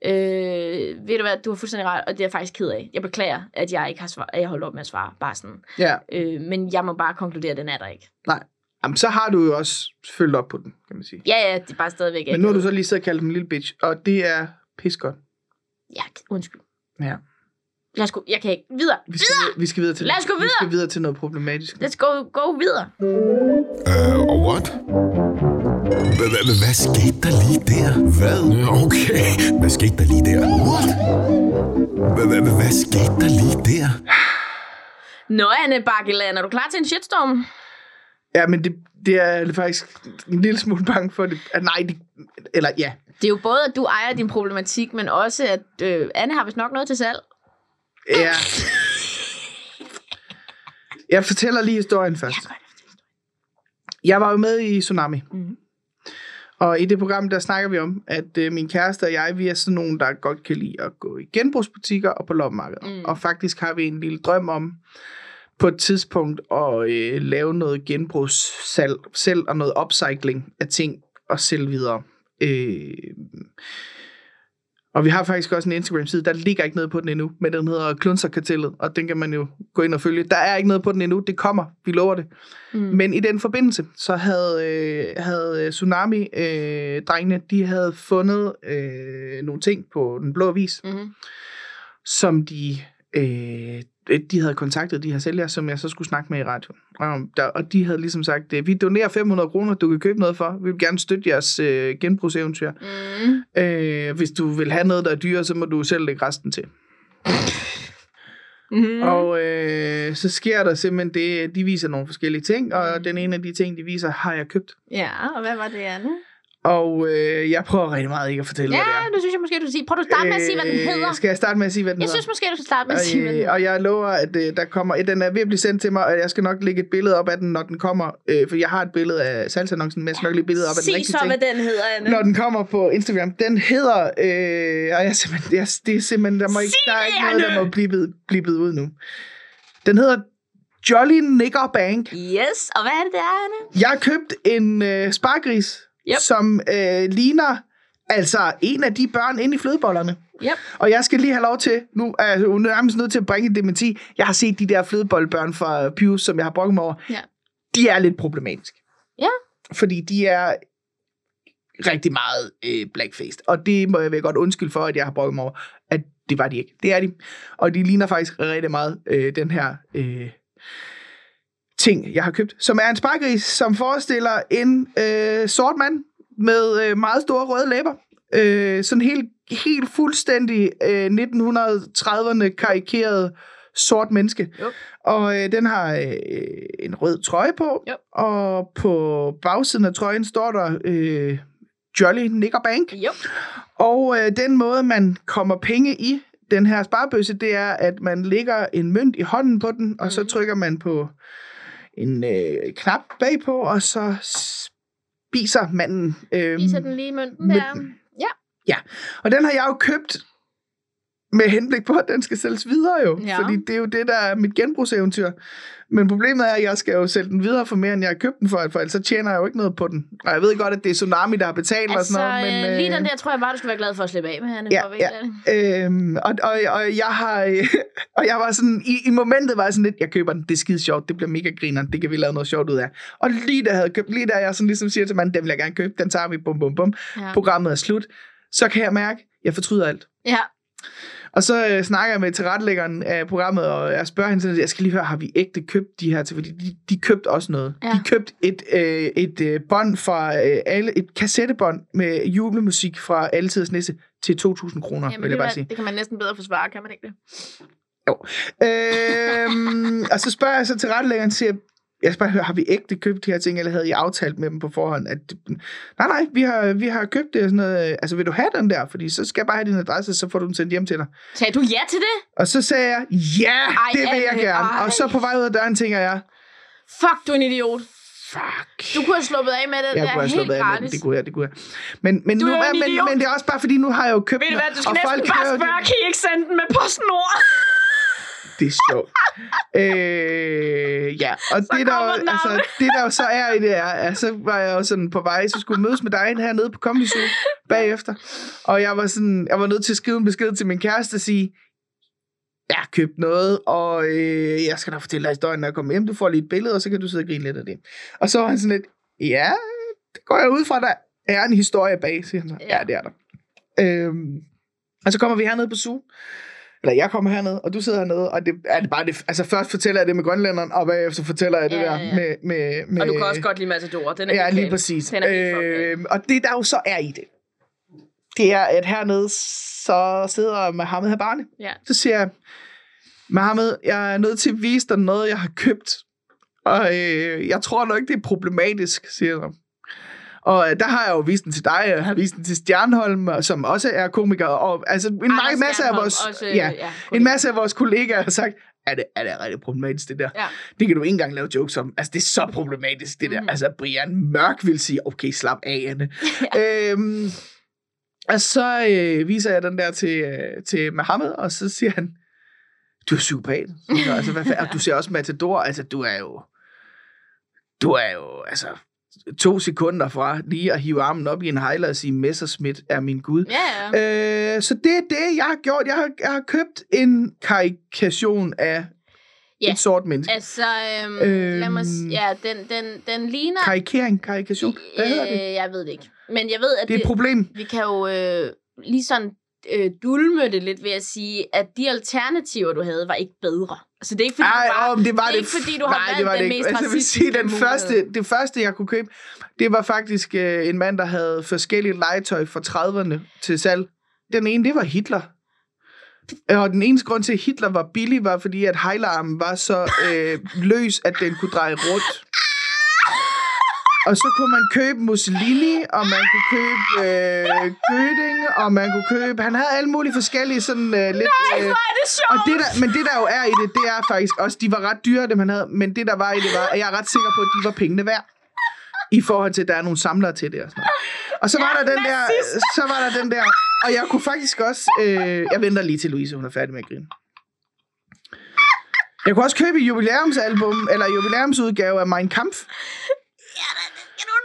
S3: øh, ved du hvad, du har fuldstændig ret, og det er jeg faktisk ked af. Jeg beklager, at jeg ikke har svar, at jeg holdt op med at svare, bare sådan.
S2: Ja.
S3: Øh, men jeg må bare konkludere, at den er der ikke.
S2: Jamen, så har du jo også følt op på den, kan man sige.
S3: Ja, ja, det er bare stadigvæk
S2: Men nu har du så lige siddet og kaldt dem en lille bitch, og det er pisgodt.
S3: Ja, undskyld.
S2: Ja.
S3: Lad os gå, jeg kan ikke. Videre.
S2: Vi skal, videre! Vi skal videre til
S3: Lad os gå
S2: Vi skal
S3: videre!
S2: videre til noget problematisk.
S3: Let's go, go videre.
S1: Øh, og what? Hva- hva- hva- Hvad skete der lige der? Hvad? Nå, Okay. Hvad skete der lige der? What? Hva- hva- hva- Hvad skete der lige der?
S3: Nå, Anne Bakkeland, er du klar til en shitstorm?
S2: Ja, men det, det er faktisk en lille smule bange for det. At nej, det, eller ja.
S3: Det er jo både, at du ejer din problematik, men også, at øh, Anne har vist nok noget til salg.
S2: Ja. Jeg fortæller lige historien først. Jeg var jo med i Tsunami.
S3: Mhm.
S2: Og i det program, der snakker vi om, at øh, min kæreste og jeg, vi er sådan nogen, der godt kan lide at gå i genbrugsbutikker og på loppemarkeder.
S3: Mm.
S2: Og faktisk har vi en lille drøm om på et tidspunkt at øh, lave noget genbrugssalg selv og noget upcycling af ting og sælge videre. Øh, Og vi har faktisk også en Instagram-side, der ligger ikke noget på den endnu, men den hedder Klunserkartellet, og den kan man jo gå ind og følge. Der er ikke noget på den endnu, det kommer, vi lover det. Mm. Men i den forbindelse, så havde, øh, havde Tsunami-drengene, de havde fundet øh, nogle ting på Den Blå Avis,
S3: Mm-hmm.
S2: som de, øh, de havde kontaktet de her sælgere, som jeg så skulle snakke med i radioen. Og, der, og de havde ligesom sagt, øh, vi donerer 500 kroner, du kan købe noget for. Vi vil gerne støtte jeres øh, genbrugseventyr.
S3: Mm.
S2: Øh, hvis du vil have noget, der er dyrere, så må du selv lægge resten til.
S3: Mm.
S2: Mm. Og øh, så sker der simpelthen det, at de viser nogle forskellige ting,
S3: Mm.
S2: og den ene af de ting, de viser, har jeg købt.
S3: Ja, og hvad var det andet?
S2: Og øh, jeg prøver rigtig meget ikke at fortælle, hvad det
S3: Ja,
S2: er.
S3: nu synes jeg måske, du skal sige. Prøv du at starte med at sige, hvad den hedder.
S2: Øh, Skal jeg starte med at sige, hvad den
S3: Jeg
S2: hedder?
S3: synes måske, du skal starte med at sige, hvad
S2: Og,
S3: den
S2: øh, og jeg lover, at øh, der kommer, øh, den er ved at blive sendt til mig, og jeg skal nok lægge et billede op af den, når den kommer. Øh, for jeg har et billede af salgsannoncen, men jeg skal nok lægge et billede op af den
S3: Sig
S2: rigtige
S3: så,
S2: ting.
S3: hvad den hedder, Anne.
S2: Når den kommer på Instagram. Den hedder... Øh, og jeg er simpelthen, jeg, det er simpelthen... Der, må ikke,
S3: Sig
S2: der er
S3: det,
S2: ikke noget,
S3: Anne!
S2: der må blive, bid- blive bidt ud nu. Den hedder Jolly Nigger Bank.
S3: Yes, og hvad er det, det er, Anne?
S2: Jeg har købt en øh, spargris,
S3: Yep.
S2: som øh, ligner altså en af de børn inde i flødebollerne.
S3: Yep.
S2: Og jeg skal lige have lov til, nu er jeg jo nærmest nødt til at bringe en dementi. Jeg har set de der flødebollebørn fra Pius, som jeg har brokket mig over.
S3: Ja.
S2: De er lidt problematiske.
S3: Ja.
S2: Fordi de er rigtig meget øh, blackfaced. Og det må jeg vel godt undskylde for, at jeg har brokket mig over, at det var de ikke. Det er de. Og de ligner faktisk rigtig meget øh, den her øh, ting, jeg har købt, som er en sparkris, som forestiller en øh, sort mand med øh, meget store røde læber. Øh, sådan helt, helt fuldstændig øh, 1930'erne karikeret sort menneske.
S3: Jo.
S2: Og øh, den har øh, en rød trøje på,
S3: Jo.
S2: og på bagsiden af trøjen står der øh, Jolly Nigger Bank.
S3: Jo.
S2: Og øh, den måde, man kommer penge i den her sparebøsse, det er, at man lægger en mønt i hånden på den, og så
S3: Mhm.
S2: trykker man på en øh, knap bagpå, og så spiser manden. Øh,
S3: Viser den lige mønten der.
S2: mønten.
S3: Ja.
S2: Og den har jeg jo købt med henblik på, at den skal sælges videre jo.
S3: Ja.
S2: Fordi det er jo det, der er mit genbrugseventyr. Men problemet er, at jeg skal jo sælge den videre for mere, end jeg har købt den for, for ellers så tjener jeg jo ikke noget på den. Og jeg ved godt, at det er Tsunami, der har betalt og
S3: Altså,
S2: sådan noget. Men,
S3: øh, lige den der, tror jeg bare, du skal være glad for at slippe af med, Anne.
S2: Ja,
S3: for at
S2: ja.
S3: vælge det.
S2: Øhm, og, og, og, jeg har, og jeg var sådan, i, i momentet var jeg sådan lidt, jeg køber den, det er skide sjovt, det bliver mega grineren, det kan vi lave noget sjovt ud af. Og lige da jeg havde købt, lige da jeg sådan ligesom siger til manden, den vil jeg gerne købe, den tager vi, bum bum bum,
S3: Ja.
S2: programmet er slut, så kan jeg mærke, jeg fortryder alt.
S3: ja.
S2: Og så øh, snakker jeg med tilrettelæggeren af programmet, og jeg spørger hende sådan, jeg skal lige høre, har vi ægte købt de her til? Fordi de, de købte også noget.
S3: Ja.
S2: De købte et, øh, et øh, bånd fra øh, alle, et kassettebånd med julemusik fra Alletiders Nisse til 2.000 kroner,
S3: Jamen,
S2: vil jeg
S3: det,
S2: bare
S3: var,
S2: sige.
S3: det kan man næsten bedre forsvare, kan man ikke det?
S2: øhm, og så spørger jeg så til rettelæggeren, siger, jeg, jeg skal bare høre, har vi ægte købt de her ting, eller havde I aftalt med dem på forhånd? At, nej, nej, vi har, vi har købt det og sådan noget. Altså, vil du have den der? Fordi så skal jeg bare have din adresse, så får du den sendt hjem til dig.
S3: Sagde du ja til det?
S2: Og så sagde jeg, ja,
S3: Ej,
S2: det vil jeg
S3: Anne,
S2: gerne.
S3: ej.
S2: Og så på vej ud af døren tænker jeg,
S3: Fuck, du er en idiot.
S2: fuck.
S3: Du kunne have sluppet af med det.
S2: jeg
S3: der
S2: kunne have
S3: helt
S2: sluppet af med den.
S3: gratis.
S2: Det kunne jeg, det kunne jeg. Men, men,
S3: Du
S2: nu,
S3: er jo en
S2: men,
S3: idiot.
S2: men det er også bare, fordi nu har jeg jo købt
S3: Ved du
S2: den,
S3: hvad, du skal
S2: og
S3: næsten
S2: folk
S3: bare
S2: hører jo-
S3: spørge, kan I ikke sende den med PostNord?
S2: Det er sjovt. øh, ja, og
S3: Så
S2: det der,
S3: kommer
S2: jo-
S3: den
S2: altså,
S3: op.
S2: det der jo så er i det er, at så var jeg jo sådan på vej, så skulle jeg mødes med dig hernede på Comedy Zoo bagefter. Og jeg var sådan, jeg var nødt til at skrive en besked til min kæreste og sige, jeg har købt noget, og øh, jeg skal da fortælle dig historien, når jeg kommer hjem. Du får lige et billede, og så kan du sidde og grine lidt af det. Og så var han sådan lidt, ja, det går jeg ud fra, der er en historie bag, siger han så. Ja,
S3: Ja.
S2: ja det er der. Øhm, og så kommer vi hernede på Zoo. Eller jeg kommer herned, og du sidder hernede, og det er det bare det. Altså først fortæller jeg det med grønlænderen, og bagefter fortæller jeg det
S3: Ja,
S2: der
S3: ja, ja.
S2: med, med, med...
S4: Og du kan også godt lide Matador. Den er
S2: Ja,
S4: helt
S2: lige
S4: gal.
S2: præcis.
S4: Den er helt fucking gal.
S2: Øhm, og det der jo så er i det, det er, at hernede så sidder Mohammed her barne.
S3: Ja.
S2: Så siger jeg, Mohammed, jeg er nødt til at vise dig noget, jeg har købt. Og øh, jeg tror nok, det er problematisk, siger han. Og øh, der har jeg jo vist den til dig, jeg har vist den til Stjernholm, og- som også er komiker. Og, altså, en
S3: Anders
S2: Anders masse af
S3: Stjernholm
S2: vores...
S3: også, øh,
S2: ja,
S3: ja,
S2: en masse af vores kollegaer har sagt, er det, er det rigtig problematisk, det der?
S3: Ja.
S2: Det kan du ikke engang lave jokes om. Altså, det er så problematisk, det der.
S3: Mhm.
S2: Altså, Brian Mørk vil sige, okay, slap af, Anne. øhm, og så øh, viser jeg den der til, øh, til Mohammed, og så siger han, du er psykopat. Så siger jeg, altså, hvad fanden? Og du ser også Matador, altså, du er jo... Du er jo, altså... to sekunder fra lige at hive armen op i en hejler og sige, Messerschmidt er min Gud.
S3: Ja, ja.
S2: Øh, så det er det, jeg har gjort. Jeg har, jeg har købt en karikation af
S3: Ja.
S2: yeah. et sort menneske.
S3: Altså, øhm, øhm, lad mig... s-
S2: Øh, Øhm.
S3: Ja, den, den, den ligner...
S2: Karikering, karikation. Hvad hedder det?
S3: Øh, jeg ved det ikke. Men jeg ved, at
S2: Det er et problem.
S3: vi kan jo øh, lige sådan øh, dulme det lidt ved at sige, at de alternativer, du havde, var ikke bedre. Altså, det er ikke fordi,
S2: Nej,
S3: du bare...
S2: åh, men det var
S3: det er
S2: det.
S3: ikke, fordi du
S2: f-
S3: har
S2: Nej,
S3: valgt
S2: det var
S3: den
S2: det ikke.
S3: mest
S2: altså, jeg vil sige,
S3: racistiske
S2: den
S3: mulighed.
S2: første, det første, jeg kunne købe, det var faktisk øh, en mand, der havde forskelligt legetøj fra 30'erne til salg. Den ene, det var Hitler. Øh, Og den eneste grund til, at Hitler var billig, var fordi, at hejlarmen var så øh, løs, at den kunne dreje rundt. Og så kunne man købe Mussolini, og man kunne købe øh, Göding, og man kunne købe... Han havde alle mulige forskellige sådan øh, lidt... Nej, øh,
S3: Ej, det er sjovt!
S2: og det der, men det der jo er i det, det er faktisk også, de var ret dyre, dem han havde, men det der var i det var, at jeg er ret sikker på, at de var pengene værd. I forhold til, at der er nogle samlere til det og sådan noget. Og så var der den der, så var der den der, og jeg kunne faktisk også, øh, jeg venter lige til Louise, hun er færdig med at grine. Jeg kunne også købe et jubilæumsalbum, eller jubilæumsudgave af Mein Kampf.
S3: Kan du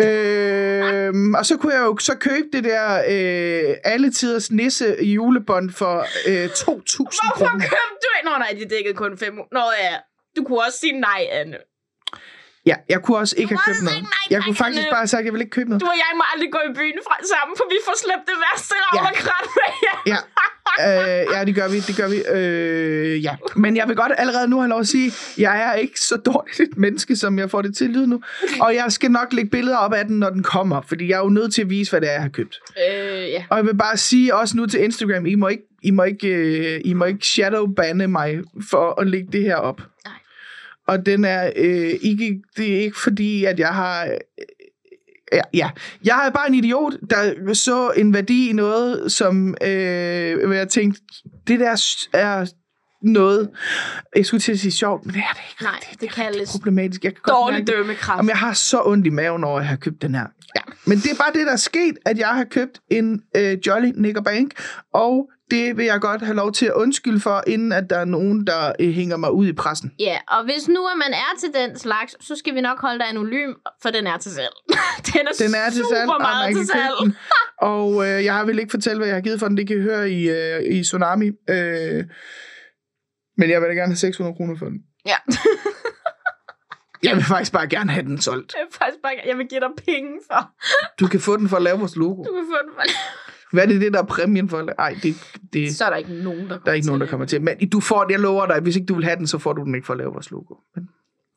S3: det?
S2: Øhm, og så kunne jeg jo så købe det der øh, alle tiders nisse julebånd for øh, 2.000
S4: Hvorfor
S2: kroner.
S4: købte du ikke? Nå nej, de dækkede kun fem uger. Nå ja, du kunne også sige nej, Anne.
S2: Ja, jeg kunne også ikke have købt
S3: måtte
S2: noget.
S3: sige nej
S2: Jeg
S3: tak,
S2: kunne faktisk
S3: Anne.
S2: bare have sagt, at jeg ville ikke købe noget.
S4: Du og jeg må aldrig gå i byen fra sammen, for vi får slæbt det værste over krat med jer.
S2: Ja. Øh, ja, det gør vi, det gør vi. Øh, ja. Men jeg vil godt allerede nu have lov at sige, at jeg er ikke så dårligt et menneske, som jeg får det til at lyde nu. Og jeg skal nok lægge billeder op af den, når den kommer, fordi jeg er jo nødt til at vise, hvad det er, jeg har købt.
S4: Øh, ja.
S2: Og jeg vil bare sige også nu til Instagram, I må ikke, I må ikke, øh, I må ikke shadowbanne mig for at lægge det her op.
S3: Nej.
S2: Og den er øh, ikke, det er ikke fordi, at jeg har... Øh, ja, ja, jeg er bare en idiot, der så en værdi i noget, som øh, hvor jeg tænkte, det der s- er noget, jeg skulle til at sige sjovt, men det er det ikke.
S3: Nej, det kaldes
S2: Problematisk. Jeg kan godt
S4: Dårlig
S2: mærke det.
S4: dømmekraft.
S2: Om jeg
S3: Altså-
S2: har så ondt i maven over at have købt den her. Ja. Men det er bare det, der er sket, at jeg har købt en øh, Jolly Nicker Bank, og det vil jeg godt have lov til at undskylde for, inden at der er nogen, der øh, hænger mig ud i pressen.
S3: Ja, og hvis nu at man er til den slags, så skal vi nok holde dig anonym, for den er til salg. den er,
S2: Den er til
S3: super
S2: salg, og
S3: meget
S2: man
S3: til
S2: kan
S3: salg.
S2: købe den. Og øh, jeg vil ikke fortælle, hvad jeg har givet for den. Det kan I høre i, øh, i Tsunami. Øh, men jeg vil da gerne have 600 kroner for den.
S3: Ja.
S2: Jeg vil faktisk bare gerne have den solgt.
S4: Jeg vil faktisk bare, jeg vil give dig penge for.
S2: Du kan få den for at lave vores logo.
S4: Du kan få den for.
S2: Hvad er det, det der er præmien for? at la- Ej, det, det,
S3: Så er der ikke nogen, der,
S2: Der er ikke nogen, der kommer til. Men du får, jeg lover dig, hvis ikke du vil have den, så får du den ikke for at lave vores logo. Men-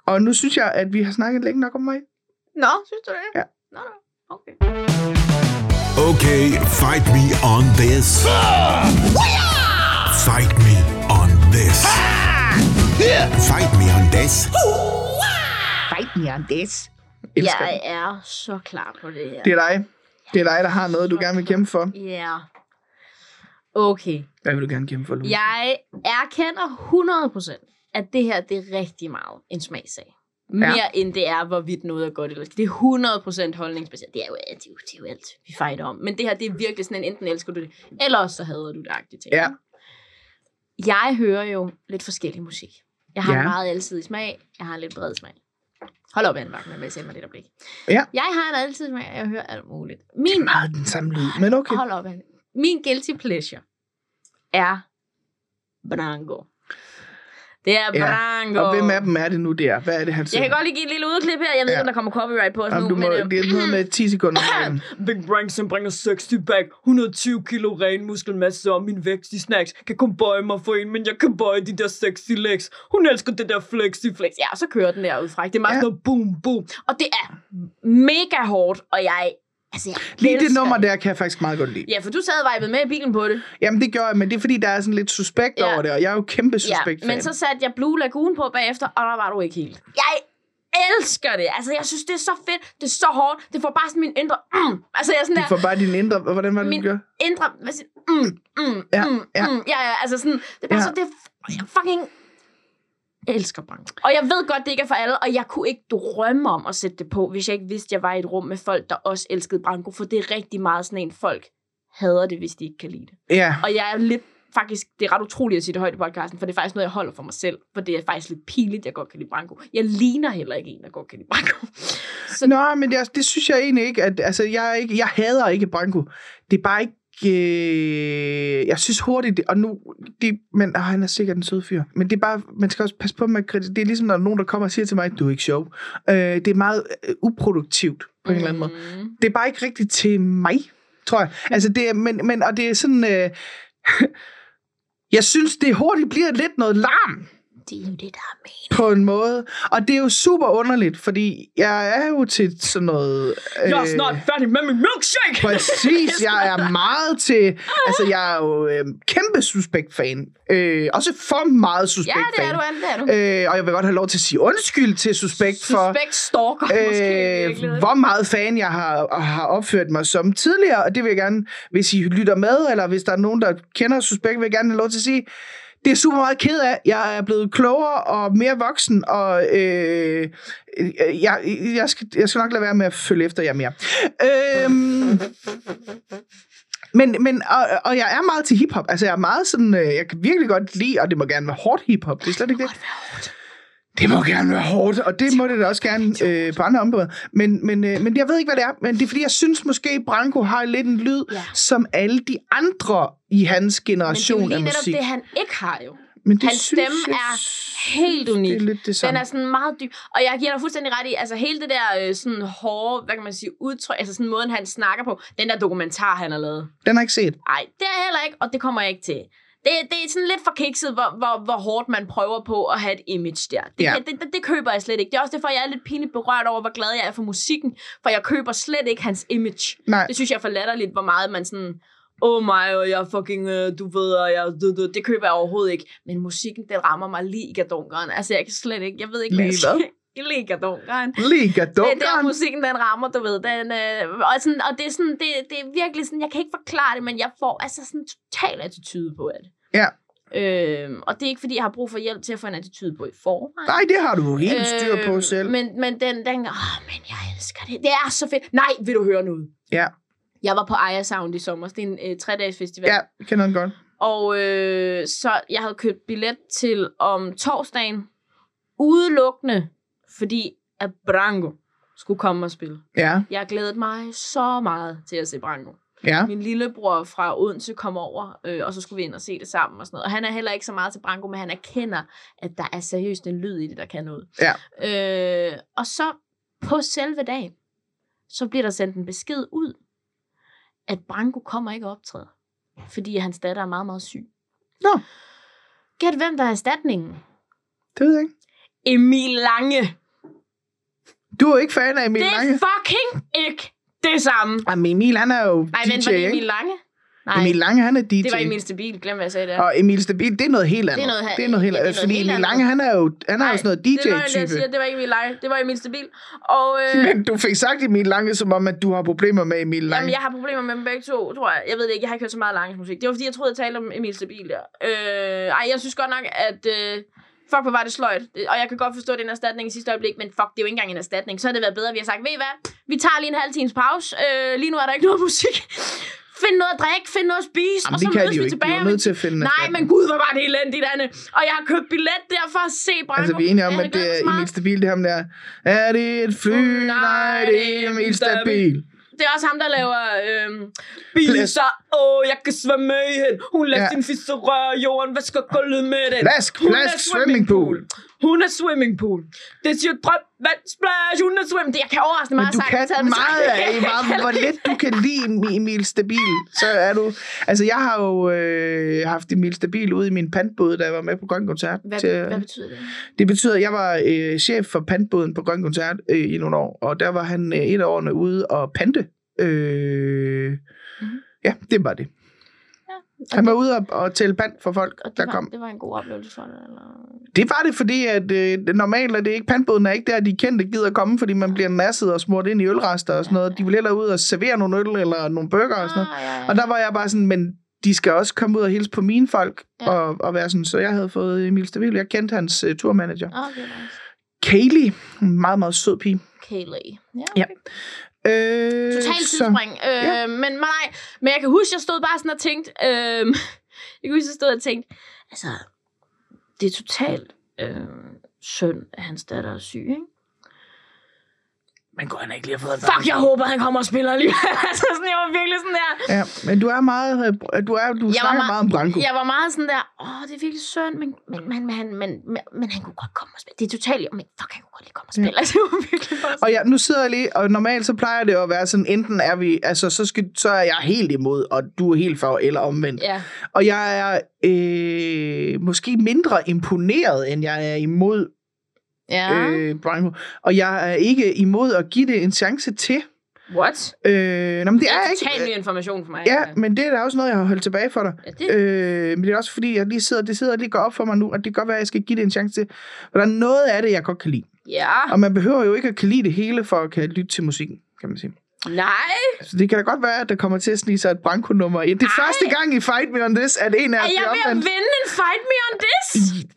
S2: Og nu synes jeg, at vi har snakket længe nok om mig.
S4: Nå, synes du det?
S2: Ja.
S4: Nå, nå. Okay.
S1: Okay, fight me on this. Ah! Fight me on this. Fight me on this.
S2: Fight me on this. Elsker
S3: Jeg
S2: den.
S3: er så klar på det her.
S2: Det er dig. Det er dig, der har noget, du gerne vil kæmpe for.
S3: Ja. Okay.
S2: Hvad vil du gerne kæmpe for, Louise?
S3: Jeg erkender 100%, at det her det er rigtig meget en smagssag. Mere ja. end det er, hvorvidt noget er godt eller skidt. Det er 100% holdningsbaseret. Det er, jo, det, er jo, det er jo alt, vi fighter om. Men det her, det er virkelig sådan en, enten elsker du det, eller også så hader du det agtigt ting.
S2: Ja.
S3: Jeg hører jo lidt forskellig musik. Jeg har
S2: Ja.
S3: en meget alsidig smag. Jeg har en lidt bred smag. Hold op, Anne Wagner, hvis jeg mig lidt blik.
S2: Ja.
S3: Jeg har en alsidig smag, og jeg hører alt muligt. Min
S2: Meget den samme lyd, men okay.
S3: Hold op, Anne. Min guilty pleasure er Brango. Det er
S2: Ja,
S3: Brango.
S2: Og hvem af dem er det nu der? Hvad er det, han
S3: Jeg
S2: siger?
S3: kan godt lige give et lille udklip her. Jeg ved ikke,
S2: Ja.
S3: om der kommer copyright på os
S2: Jamen,
S3: nu.
S2: du må,
S3: men, øh,
S2: det er noget med 10 sekunder.
S4: Big Bang, som bringer 60 back, 120 kilo ren muskelmasse og min vækst i snacks. Kan kun bøje mig for en, men jeg kan bøje de der sexy legs. Hun elsker det der flexi flex.
S3: ja, og så kører den der ud fra. ikke? Det er meget
S2: Ja.
S3: ja. noget boom, boom. Og det er mega hårdt, og jeg... Altså, jeg
S2: Lige det
S3: elsker
S2: nummer der kan jeg faktisk meget godt lide.
S3: Ja, for du sad og vibede med i bilen på det.
S2: Jamen det gør jeg, men det er fordi, der er sådan lidt suspekt
S3: Ja.
S2: over det, og jeg er jo kæmpe suspekt
S3: men så satte jeg Blue Lagoon på bagefter, og der var du ikke helt. Jeg elsker det. Altså, jeg synes, det er så fedt. Det er så hårdt. Det får bare sådan min indre... Mm. Altså, jeg er sådan
S2: Det
S3: der...
S2: får bare din indre... Hvordan var det, du
S3: Min-
S2: gjorde?
S3: ændre... Hvad siger, mm, mm,
S2: Ja,
S3: ja, mm,
S2: ja.
S3: ja. Mm, ja, ja, altså sådan... Det er bare
S2: Ja.
S3: ja. så, det er, jeg fucking... Jeg elsker bank. Og jeg ved godt, det ikke er for alle, og jeg kunne ikke drømme om at sætte det på, hvis jeg ikke vidste, at jeg var i et rum med folk, der også elskede branko, for det er rigtig meget sådan en, folk hader det, hvis de ikke kan lide det.
S2: Ja,
S3: Og jeg er lidt faktisk, det er ret utroligt at sige det højt i podcasten, for det er faktisk noget, jeg holder for mig selv. For det er faktisk lidt pinligt, jeg godt kan lide Branko. Jeg ligner heller ikke en, der godt kan lide Branko. Så
S2: Nå, men det, det synes jeg egentlig ikke. At, altså, jeg, er ikke, jeg hader ikke Branko. Det er bare ikke... Øh, jeg synes hurtigt, det, og nu... Det, men åh, han er sikkert en sød fyr. Men det er bare... Man skal også passe på med at kritisere. Det er ligesom, når der er nogen, der kommer og siger til mig, du er ikke sjov. Øh, det er meget øh, uproduktivt på en eller anden måde.
S3: Mm.
S2: Det er bare ikke rigtigt til mig, tror jeg. Altså, det er, men, men, og det er sådan... Øh, jeg synes, det hurtigt bliver lidt noget larm
S3: Det er jo det, der er med.
S2: på en måde. Og det er jo super underligt, fordi jeg er jo til sådan noget... øh,
S4: Jeg er snart færdig med min milkshake!
S2: Præcis, jeg er meget til... Altså, jeg er jo øh, kæmpe suspekt-fan. Øh, også for meget
S3: Ja, det
S2: suspekt-fan.
S3: er du, Anne, det er du.
S2: Øh, og jeg vil godt have lov til at sige undskyld til suspekt, for...
S3: Suspekt stalker, måske. i
S2: Øh,
S3: virkeligheden.
S2: hvor meget fan jeg har, har opført mig som tidligere, og det vil jeg gerne, hvis I lytter med, eller hvis der er nogen, der kender Suspekt, vil jeg gerne have lov til at sige, det er super meget ked af. Jeg er blevet klogere og mere voksen, og øh, øh, jeg, jeg, skal, jeg skal nok lade være med at følge efter jer mere. Øhm, men, men og, og jeg er meget til hiphop. Altså, jeg er meget sådan, øh, jeg kan virkelig godt lide, og det må gerne være hårdt hiphop. Det er slet ikke det. Det må gerne være hårdt, og det må det da også gerne øh, på andre områder. Men, men, øh, men jeg ved ikke, hvad det er. Men det er, fordi jeg synes måske, Branko har lidt en lyd,
S3: Ja.
S2: ja. som alle de andre i hans
S3: Men det er jo
S2: generation af
S3: lige netop
S2: musik.
S3: det, han ikke har jo.
S2: men det
S3: hans stemme er helt
S2: synes,
S3: unik.
S2: Det er lidt det
S3: Den
S2: samme.
S3: er sådan meget dyb. Og jeg giver dig fuldstændig ret i, altså hele det der øh, sådan hårde, hvad kan man sige, udtryk, altså sådan måden, han snakker på, den der dokumentar, han har lavet.
S2: Den har jeg ikke set.
S3: Ej, det er jeg heller ikke, og det kommer jeg ikke til. Det, det er sådan lidt for kikset, hvor, hvor, hvor hårdt man prøver på at have et image der. Det,
S2: Ja.
S3: ja. det, det, det køber jeg slet ikke. Det er også derfor, jeg er lidt pinligt berørt over, hvor glad jeg er for musikken, for jeg køber slet ikke hans image.
S2: Nej,
S3: Det synes jeg er for latterligt, hvor meget man sådan... Oh my, og jeg er fucking, øh, du ved, og jeg, du, du, det køber jeg overhovedet ikke. Men musikken, den rammer mig lige i gardunkeren. Altså, jeg kan slet ikke, jeg ved ikke,
S2: Lige
S3: jeg
S2: hvad?
S3: skal. lige i gardunkeren.
S2: Liga
S3: Det er der,
S2: dukkeren.
S3: musikken, den rammer, du ved. Den, øh, og, sådan, og det, er sådan, det, det er virkelig sådan, jeg kan ikke forklare det, men jeg får altså sådan en total attitude på det.
S2: Ja.
S3: Øhm, og det er ikke, fordi jeg har brug for hjælp til at få en attitude på i forvejen.
S2: Nej, det har du helt styr på
S3: Øhm,
S2: selv.
S3: Men, men den, den åh, men jeg elsker det. Det er så fedt. Nej, vil du høre noget?
S2: Ja.
S3: Jeg var på Aya Sound i sommer. Det er en øh, tre-dages festival.
S2: Ja, jeg kender den godt.
S3: Og øh, så jeg havde købt billet til om torsdagen. Udelukkende, fordi at Branko skulle komme og spille.
S2: Ja,
S3: Jeg glædede mig så meget til at se Branko.
S2: ja.
S3: Min lillebror fra Odense kom over, øh, og så skulle vi ind og se det sammen og sådan noget. Og han er heller ikke så meget til Branko, men han erkender, at der er seriøst en lyd i det, der kan noget.
S2: Ja.
S3: Øh, og så på selve dagen, så bliver der sendt en besked ud, at Branko kommer ikke og optræder, fordi hans datter er meget, meget syg.
S2: Nå.
S3: Gæt hvem, der er erstatningen?
S2: Det ved jeg ikke.
S3: Emil Lange.
S2: Du er jo ikke fan af Emil
S3: det er
S2: Lange.
S3: fucking ikke det samme.
S2: Jamen, Emil, han er jo
S3: Nej,
S2: DJ,
S3: vent, var det Emil
S2: ikke?
S3: Lange? Nej,
S2: Emil Lange, han er DJ.
S3: det var Emil Stabil. Glem, hvad jeg sagde der.
S2: Og Emil Stabil, det er noget helt andet.
S3: Det er noget-
S2: det er noget helt
S3: ja, det er
S2: andet.
S3: noget
S2: Fordi
S3: helt
S2: Emil
S3: andet.
S2: Lange, han er jo, han er jo
S3: Nej,
S2: sådan noget
S3: Det var, det, jeg
S2: DJ-type.
S3: siger. det var ikke Emil Lange. Det var Emil Stabil. Og øh,
S2: Men du fik sagt Emil Lange, som om, at du har problemer med Emil Lange.
S3: jamen, jeg har problemer med dem begge to, tror jeg. Jeg ved det ikke, jeg har ikke hørt så meget Langes musik. Det var, fordi jeg troede, jeg talte om Emil Stabil der. Øh, ej, jeg synes godt nok, at... Øh, fuck, hvor var det sløjt. Og jeg kan godt forstå, at det er en erstatning i sidste øjeblik, men fuck, det er jo ikke engang en erstatning. Så havde det været bedre, at vi har sagt, ved I hvad, vi tager lige en halv times pause. Øh, lige nu er der ikke noget musik. find noget at drikke, find noget at spise,
S2: Jamen,
S3: og så
S2: det kan
S3: mødes
S2: de jo
S3: vi
S2: ikke. De
S3: tilbage
S2: er
S3: om
S2: jo
S3: en
S2: nødt til at finde en
S3: Nej,
S2: erstatning.
S3: men gud, hvor var det elendigt, Anne. Og jeg har købt billet der for at se Branko.
S2: Altså, vi er enige om,
S3: Ja,
S2: at
S3: gør
S2: det
S3: mig
S2: er
S3: så meget.
S2: Emil Stabil, det er ham der. Er det et fly? Nej, det er Emil Stabil.
S3: Det er også ham, der laver... Øhm,
S4: Biser, åh, jeg kan svømme i hende. Hun lader
S2: Ja.
S4: ja. sin fisse røre jorden. Hvad skal gulvet med den?
S2: Plask,
S4: Hun er
S2: plask, swimmingpool.
S4: Hun er swimmingpool.
S3: det er jo drøm, vand, splash, hun er svømme. Det, jeg kan overraskende
S2: Men
S3: meget
S2: du
S3: sagt,
S2: kan
S3: taget
S2: meget af, hvor, hvor lidt du kan lide Emil Stabil. Så er du... Altså, jeg har jo øh, haft Emil Stabil ude i min pandbåd, da jeg var med på Grøn Koncert.
S3: Hvad,
S2: til- øh,
S3: hvad betyder det?
S2: Det betyder, at jeg var øh, chef for pandbåden på Grøn Koncert øh, i nogle år, og der var han øh, et af årene ude og pante. Øh,
S3: Mhm.
S2: mm-hmm. Ja, det var det.
S3: Og
S2: Han
S3: det-
S2: var ude og, og tælle pant for folk,
S3: og det,
S2: der
S3: var,
S2: kom.
S3: det var en god oplevelse for dig, eller?
S2: Det var det, fordi at, øh, normalt er det ikke, pandbåden er ikke der, de kendte gider komme, fordi man bliver nasset og smurt ind i ølrester og sådan noget. De vil hellere ud og servere nogle øl eller nogle burger og sådan noget.
S3: Ah, ja, ja.
S2: Og der var jeg bare sådan, men de skal også komme ud og hilse på mine folk
S3: Ja.
S2: ja. og, og være sådan. Så jeg havde fået Emil Stavil, jeg kendte hans øh, turmanager.
S3: Ah, Okay, nice.
S2: Kaylee, en meget, meget sød pige.
S3: Kaylee. Ja.
S2: Ja. Øh,
S3: Total
S2: så-
S3: tidsspring. Øh,
S2: ja.
S3: Men nej, men jeg kan huske, jeg stod bare sådan og tænkte, øh, Jeg kunne så stå og tænke, altså, det er totalt øh, synd, at hans datter er syg, ikke?
S4: Men kunne han ikke lige have fået en
S3: Fuck, jeg håber, han kommer og spiller alligevel. altså, sådan, jeg var virkelig sådan der.
S2: Ja, men du er meget, øh, du, er, du snakker
S3: var meget-
S2: meget om Branko.
S3: Jeg var meget sådan der, åh, det er virkelig synd, men, men, men, men, men, men, men han kunne godt komme og spille. Det er totalt, men fuck, han kunne godt lige komme og spille. Ja. Altså, det var virkelig bare sådan.
S2: Og ja, nu sidder jeg lige, og normalt så plejer det jo at være sådan, enten er vi, altså så, skal, så er jeg helt imod, og du er helt for, eller omvendt.
S3: Ja.
S2: Og jeg er øh, måske mindre imponeret, end jeg er imod
S3: Ja. Øh,
S2: øh, Branko. Og jeg er ikke imod at give det en chance til.
S3: What?
S2: Øh, nå, men det er jeg
S3: totalt
S2: ikke.
S3: ny information for mig.
S2: Ja, men det er da også noget, jeg har holdt tilbage for dig.
S3: ja det,
S2: Øh, men det er også fordi, jeg lige sidder, det sidder og lige går op for mig nu, og det kan godt være, at jeg skal give det en chance til. For der er noget af det, jeg godt kan lide.
S3: ja.
S2: Og man behøver jo ikke at kan lide det hele, for at kan lytte til musikken, kan man sige.
S3: Nej.
S2: Så det kan da godt være, at der kommer til at snige sig et branko-nummer ind. Det er
S3: Ej.
S2: første gang i Fight Me On This, at en af
S3: Er
S2: os
S3: jeg
S2: bliver
S3: ved at
S2: Altså, omvendt.
S3: vinde en fight me on this?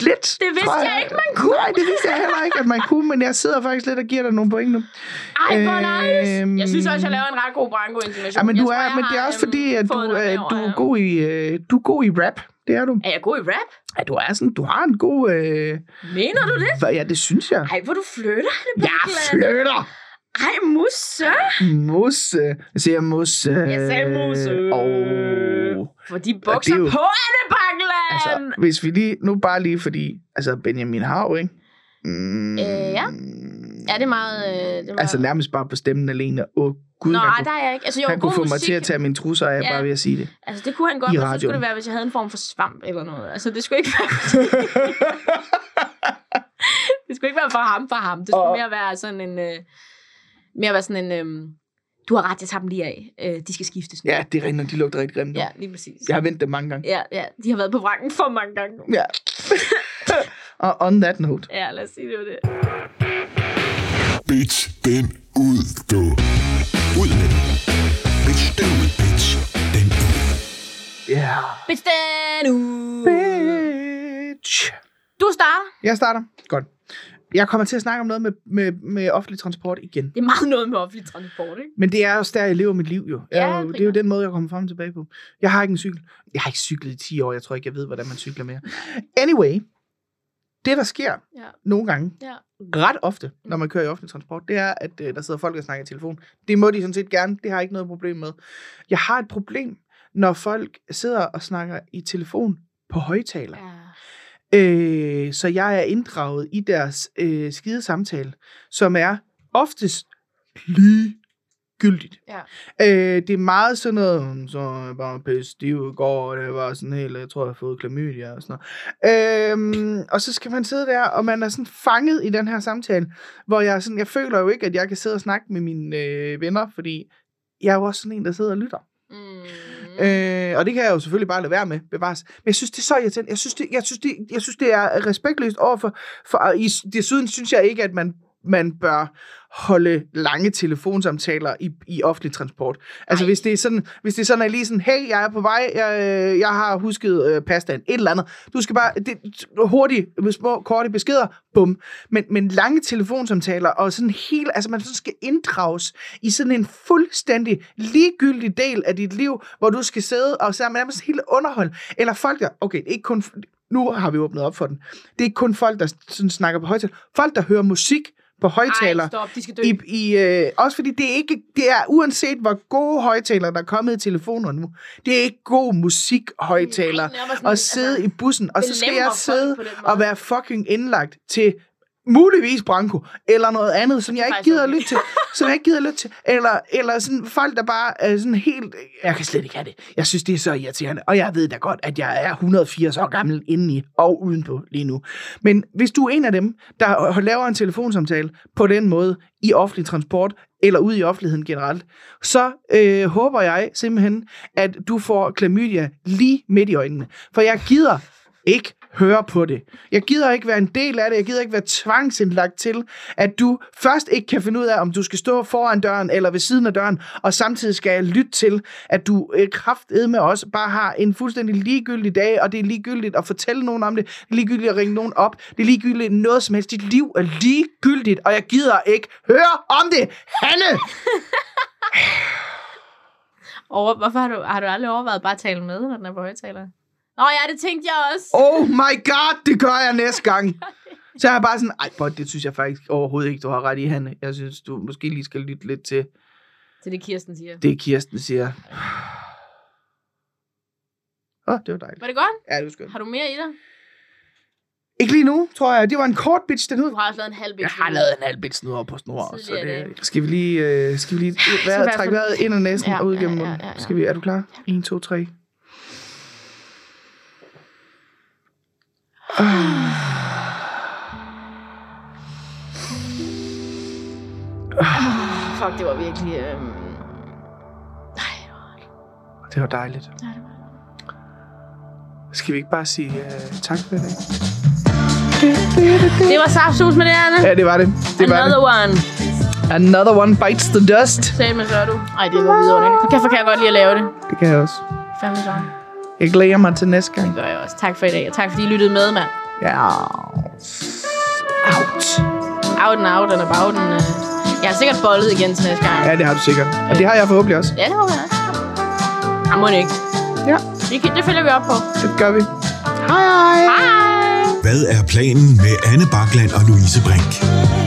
S2: Lidt.
S3: Det vidste
S2: tror
S3: jeg ikke, man kunne.
S2: Nej, det vidste jeg heller ikke, at man kunne, men jeg sidder faktisk lidt og giver dig nogle point nu.
S3: Ej, hvor nice.
S2: Øhm.
S3: Jeg synes også, jeg laver en ret god branko-information.
S2: Ja, men, du
S3: jeg
S2: er,
S3: jeg
S2: men det er
S3: har,
S2: også
S3: øhm,
S2: fordi, at du,
S3: fået den
S2: øh,
S3: derover,
S2: du, er
S3: ja.
S2: god i, øh, du er god i rap. Det er du.
S3: Er jeg god i rap?
S2: Ja, du er sådan, du har en god... Øh,
S3: Mener du det?
S2: hvad- ja, det synes jeg.
S3: Ej, hvor du flytter, Hanne
S2: Jeg
S3: Birkeland.
S2: flytter!
S3: Ej, musse.
S2: Musse. Jeg siger musse.
S3: Jeg sagde musse.
S2: Og...
S3: For de bukser
S2: det er jo-
S3: på, Anne Bakkeland!
S2: Altså, hvis vi lige... Nu bare lige fordi... Altså, Benjamin Hav, ikke? Mm,
S3: Øh, ja. Ja, det er meget... Øh, det er meget...
S2: Altså, nærmest bare på stemmen alene. Åh, Gud,
S3: Nå,
S2: han
S3: ej,
S2: kunne,
S3: der er jeg ikke. Altså, jo,
S2: han
S3: god
S2: kunne få
S3: musik.
S2: mig til at tage mine trusser af,
S3: Ja.
S2: ja. bare ved at sige det.
S3: Altså, det kunne han godt,
S2: i
S3: men så skulle
S2: radioen.
S3: det være, hvis jeg havde en form for svamp eller noget. Altså, det skulle ikke være... det skulle ikke være for ham, for ham. Det skulle
S2: Og-
S3: mere være sådan en... Øh, mere være sådan en... Øh, du har ret, jeg tager dem lige af. Øh, de skal skiftes nu.
S2: Ja, det er rigtigt, når de lugter rigtig grimt.
S3: ja
S2: Ja.
S3: lige præcis.
S2: Jeg har vendt det mange gange.
S3: Ja, ja, de har været på vrangen for mange gange nu.
S2: Ja. Og on that note.
S3: Ja, lad os sige, det var det.
S1: Bitch, den ud, du. Ud med den. Bitch, den ud, bitch. Den ud.
S2: Ja.
S3: Bitch, den uge.
S2: Bitch.
S3: Du starter.
S2: Jeg starter. Godt. Jeg kommer til at snakke om noget med, med, med offentlig transport igen.
S3: Det er meget noget med offentlig transport, ikke?
S2: Men det er også der, jeg lever mit liv jo. Jeg,
S3: Mm. Ja,
S2: er jo- det er jo
S3: primært.
S2: den måde, jeg kommer frem og tilbage på. Jeg har ikke en cykel. Jeg har ikke cyklet i 10 år. Jeg tror ikke, jeg ved, hvordan man cykler mere. Anyway, det der sker
S3: Ja.
S2: nogle gange,
S3: Ja. Mm.
S2: ret ofte, når man kører i offentlig transport, det er, at øh, der sidder folk og snakker i telefon. Det må de sådan set gerne. Det har jeg ikke noget problem med. Jeg har et problem, når folk sidder og snakker i telefon på højtaler.
S3: Ja.
S2: Øh, så jeg er inddraget i deres øh, skide samtale, som er oftest ligegyldigt.
S3: Ja.
S2: Øh, det er meget sådan noget, "Mm, så er jeg bare pisse stiv i går, og det var sådan helt, jeg tror, jeg har fået klamydia og sådan noget. Øh, og så skal man sidde der, og man er sådan fanget i den her samtale, hvor jeg, er sådan, jeg føler jo ikke, at jeg kan sidde og snakke med mine øh, venner, fordi jeg er jo også sådan en, der sidder og lytter.
S3: Mm.
S2: Øh, og det kan jeg jo selvfølgelig bare lade være med, bevares. Men jeg synes, det er så irriterende. Jeg synes, det, jeg synes, det, jeg synes, det er respektløst overfor... For, og i, desuden synes jeg ikke, at man, man bør holde lange telefonsamtaler i, i offentlig transport. Altså,
S3: Ej.
S2: hvis det, er sådan, hvis det er sådan, at lige sådan, hey, jeg er på vej, jeg, øh, jeg har husket øh, pastaen, et eller andet. Du skal bare det, hurtigt, med små, korte beskeder, bum. Men, men lange telefonsamtaler, og sådan helt, altså man sådan skal inddrages i sådan en fuldstændig ligegyldig del af dit liv, hvor du skal sidde og så nærmest hele underhold. Eller folk der, okay, ikke kun, nu har vi åbnet op for den. Det er ikke kun folk, der sådan snakker på højtaler. Folk, der hører musik på højtaler.
S3: Ej, stop, de skal dø.
S2: I, i, øh, også fordi det er ikke, det er uanset hvor gode højtaler, der er kommet i telefoner nu, det er ikke god musikhøjtaler
S3: Ej, nærmere sådan,
S2: at sidde
S3: altså,
S2: i bussen, og så skal
S3: belemrer
S2: jeg
S3: folk
S2: sidde
S3: på den måde.
S2: og være fucking indlagt til muligvis Branko, eller noget andet, som jeg ikke
S3: faktisk
S2: gider at
S3: okay.
S2: lytte til, som jeg ikke gider at lytte til, eller, eller sådan folk, der bare er sådan helt, jeg kan slet ikke have det, jeg synes, det er så irriterende, og jeg ved da godt, at jeg er 180 år gammel indeni og udenpå lige nu, men hvis du er en af dem, der laver en telefonsamtale på den måde i offentlig transport, eller ude i offentligheden generelt, så øh, håber jeg simpelthen, at du får klamydia lige midt i øjnene. For jeg gider ikke høre på det. Jeg gider ikke være en del af det. Jeg gider ikke være tvangsindlagt til, at du først ikke kan finde ud af, om du skal stå foran døren eller ved siden af døren, og samtidig skal jeg lytte til, at du øh, kraftedme også bare har en fuldstændig ligegyldig dag, og det er ligegyldigt at fortælle nogen om det, det er ligegyldigt at ringe nogen op, det er ligegyldigt noget som helst. Dit liv er ligegyldigt, og jeg gider ikke høre om det. Hanne!
S3: Over, hvorfor har du, har du aldrig overvejet bare at tale med, når den er på højtaler? Nå ja, det tænkte jeg også.
S2: Oh my god, det gør jeg næste gang. Så er jeg bare sådan, ej, boy, det synes jeg faktisk overhovedet ikke, du har ret i, Hanne. Jeg synes, du måske lige skal lytte lidt til
S3: Til det Kirsten siger.
S2: det, Kirsten siger. Åh, oh, det var dejligt.
S3: Var det godt?
S2: Ja, det var skønt.
S3: Har du mere i dig?
S2: Ikke lige nu, tror jeg. Det var en kort bitch, den
S3: Du
S2: ud.
S3: har også lavet en halv bit.
S2: Jeg har lavet en halv bitch nu over på snor, så
S3: Tidligere i
S2: det... Skal vi lige, øh, skal vi lige
S3: i hvert
S2: vejret,
S3: fald-
S2: trække vejret ind og næsen
S3: Ja,
S2: og ud
S3: ja,
S2: gennem
S3: ja,
S2: munden?
S3: ja, ja.
S2: Skal vi, er du klar? 1, 2, 3.
S3: Fuck, det var virkelig... Øhm... Nej,
S2: Det var dejligt.
S3: nej, det var...
S2: Skal vi ikke bare sige øh, tak for i dag?
S3: Det var saftsus med det, Anna.
S2: Ja, det var det. Det var
S3: Another
S2: det.
S3: one.
S2: Another one bites the dust.
S3: Sagde mig, så du. Ej, det var vidunderligt. Så derfor kan jeg godt lide at lave det.
S2: Det kan jeg også.
S3: Fandme så.
S2: Jeg glæder mig til næste gang.
S3: Det gør jeg også. Tak for i dag, og tak fordi I lyttede med, mand.
S2: Ja. Out.
S3: Out and out and about and... Øh... Jeg har sikkert bollet igen til næste gang.
S2: Ja, det har du sikkert. Og det har jeg forhåbentlig også.
S3: Ja, det håber jeg også. Ja, må ikke.
S2: Ja.
S3: Det, kan- det følger vi op på.
S2: Det gør vi. Hej hej.
S3: Hej!
S1: Hvad er planen med Anne Bakland og Louise Brink?